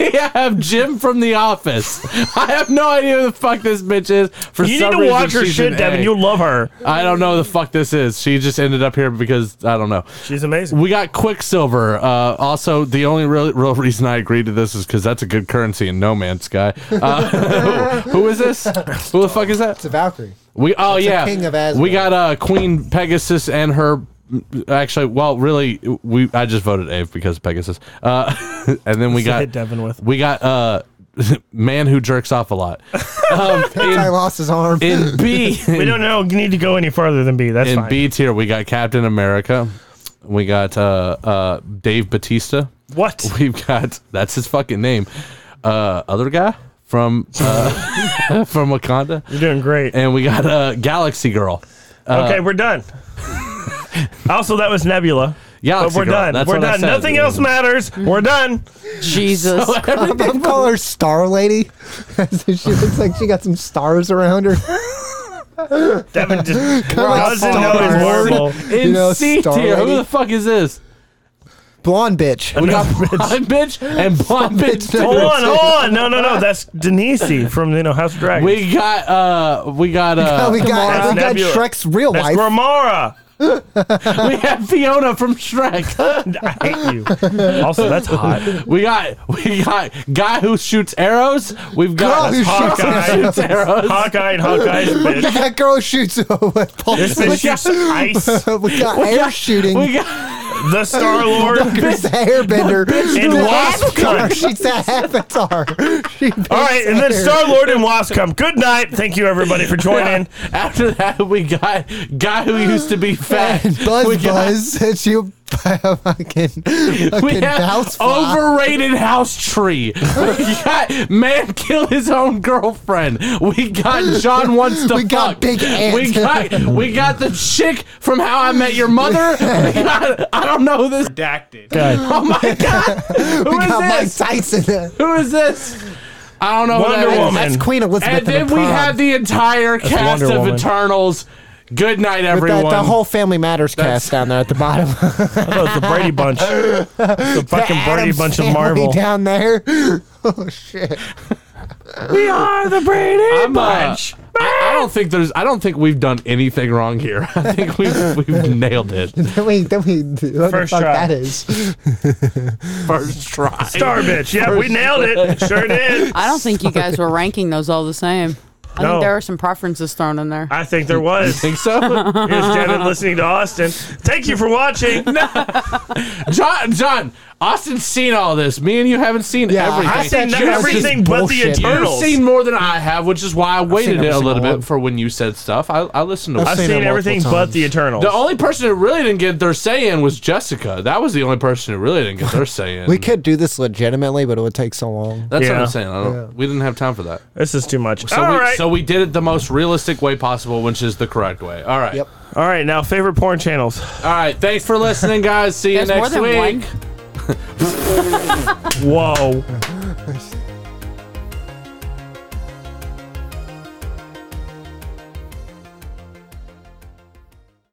S2: [laughs] we have Jim from The Office. [laughs] I have no idea who the fuck this bitch is. For
S7: You
S2: some
S7: need to
S2: reason,
S7: watch her
S2: she's
S7: shit,
S2: an
S7: Devin.
S2: A.
S7: You'll love her.
S2: I don't know who the fuck this is. She just ended up here because I don't know.
S7: She's amazing.
S2: We got Quicksilver. Uh, also, the only real, real reason I agreed to this is because that's a good currency in No Man's Sky. Uh, [laughs] who is this? Who the fuck is that?
S5: It's a Valkyrie.
S2: We oh
S5: a
S2: yeah,
S5: king of Asgard.
S2: we got uh, Queen Pegasus and her. mm, Actually, well, really, we I just voted Ave because Pegasus. Uh, [laughs] and then we
S7: the
S2: got
S7: hit Devin with?
S2: We got uh, [laughs] man who jerks off a
S5: [laughs]
S2: lot. Um,
S5: I
S2: in,
S5: lost his arm. [laughs]
S2: in B,
S7: We don't know. You need to go any further than B. That's
S2: in
S7: fine.
S2: B tier, we got Captain America. We got uh, uh, Dave Batista.
S7: What?
S2: [laughs] We've got that's his fucking name. Uh, other guy from uh, [laughs] from Wakanda,
S7: You're doing great.
S2: and we got uh, Galaxy Girl.
S7: okay, we're [laughs] done. also, that was Nebula.
S2: Galaxy
S7: But we're
S2: Girl.
S7: done.
S2: That's
S7: we're
S2: what I
S7: done.
S2: said.
S7: Nothing else matters. We're done.
S4: Jesus.
S5: They call her Star Lady. [laughs] she looks like she got some stars around her.
S7: Devin [laughs] just doesn't
S5: Star
S7: know his
S5: Wars.
S7: [laughs] normal.
S2: In
S5: You know,
S2: C
S5: Star
S2: tier,
S5: Lady?
S2: who the fuck is this?
S5: Blonde bitch.
S2: We
S5: [laughs]
S2: got blonde bitch and blonde bitch.
S5: bitch.
S7: Hold
S2: too.
S7: on, hold on. No, no, no. That's Denise from you know House of Dragons.
S2: We got uh, we
S5: [laughs]
S2: got uh,
S5: we got, we got
S7: Gamora. Nebula.
S5: Shrek's real wife.
S7: That's Gramara.
S2: uh, we have Fiona from
S5: [laughs]
S2: Shrek.
S7: I hate [laughs] you. Also, that's hot.
S2: We got we got guy who shoots arrows. We've got
S5: Girl who shoots
S7: Hawkeye.
S2: shoots arrows.
S7: Hawkeye and Hawkeye's a bitch.
S5: that girl shoots [laughs] with
S7: This
S5: pulses.
S7: bitch shoots ice.
S5: [laughs] we got
S2: We
S5: air
S2: got-
S5: shooting.
S2: We got [laughs]
S5: [laughs]
S7: The Star Lord.
S5: There's the airbender.
S7: [laughs] And
S5: [laughs]
S7: Wasp
S5: Avatar.
S7: comes.
S5: She's that avatar. She
S7: All right, and then
S5: basically-
S7: Star Lord and Wasp come. Good night. Thank you, everybody,
S2: [laughs]
S7: for joining.
S2: after that we got guy who used to be fat.
S5: Buzz
S2: we got-
S5: Buzz. And she fucking,
S7: [laughs]
S2: We
S5: fucking
S2: have
S5: house fly.
S2: overrated house
S5: [laughs]
S2: tree. We got man killed his own girlfriend. We got John wants to
S5: We got
S2: fuck.
S5: Big Ant.
S2: We got we got the chick from How I Met Your
S5: [laughs]
S2: Mother. We got I don't know who this. Oh my
S5: [laughs]
S2: god!
S5: We
S2: Who
S5: got Mike
S2: is this?
S5: Tyson.
S2: Who is this? I don't know. who that
S7: Wonder
S2: is.
S7: Woman.
S5: That's Queen Elizabeth.
S2: And
S5: in
S2: then
S5: the
S2: we
S5: prom.
S2: have the entire cast
S7: Wonder
S2: of
S7: Woman.
S2: Eternals. Good night,
S5: With
S2: everyone.
S5: That, the whole Family Matters
S2: That's-
S5: cast down there at the bottom.
S7: I thought it was the Brady Bunch. It's the [laughs] fucking
S5: The
S7: Brady
S5: Addams
S7: Bunch of
S5: family
S7: Marvel.
S5: down there. [laughs] Oh shit!
S7: We are Ah, the Brady
S2: I'm, uh, I, I don't think there's. I don't think we've done anything wrong here. [laughs] I think we've we've nailed it
S5: Then we, then we, what the
S7: First
S5: fuck
S7: try.
S5: that is?
S2: first try.
S7: Star bitch. Yeah, we
S2: [laughs]
S7: nailed it. Sure did.
S4: I don't think you guys were ranking those all the same. I
S7: No.
S4: think there are some preferences thrown in there.
S7: I think there was.
S2: Think so,
S7: Here's Devin listening to Austin. Thank you for watching.
S2: John? John Austin's seen all this. Me and you haven't seen
S5: Yeah,
S2: everything.
S7: I said
S5: That shit was
S7: everything
S5: just
S7: but
S5: bullshit.
S7: the
S5: You've
S2: You've
S7: Eternals.
S2: seen more than I have, which is why I waited
S5: every
S2: it a little
S5: single
S2: bit
S5: one.
S2: for when you said stuff. I, I listened to.
S5: I've
S7: I've
S2: it.
S7: seen,
S5: seen it multiple
S7: everything but
S5: times.
S7: the Eternals.
S2: The only person who really didn't get their say in was Jessica. That was the only person who really didn't get their say in.
S5: We could do this legitimately, but it would take so long.
S2: That's what
S7: Yeah.
S2: I'm saying. I don't,
S5: Yeah.
S2: We didn't have time for that.
S7: this is too much.
S2: So
S7: All
S2: we
S7: right.
S2: so we did it the most realistic way possible, which is the correct way. All right.
S5: Yep.
S7: All right, now favorite porn channels.
S2: All right. Thanks for listening, guys. See you
S4: There's more
S2: next week.
S4: than one.
S7: Whoa.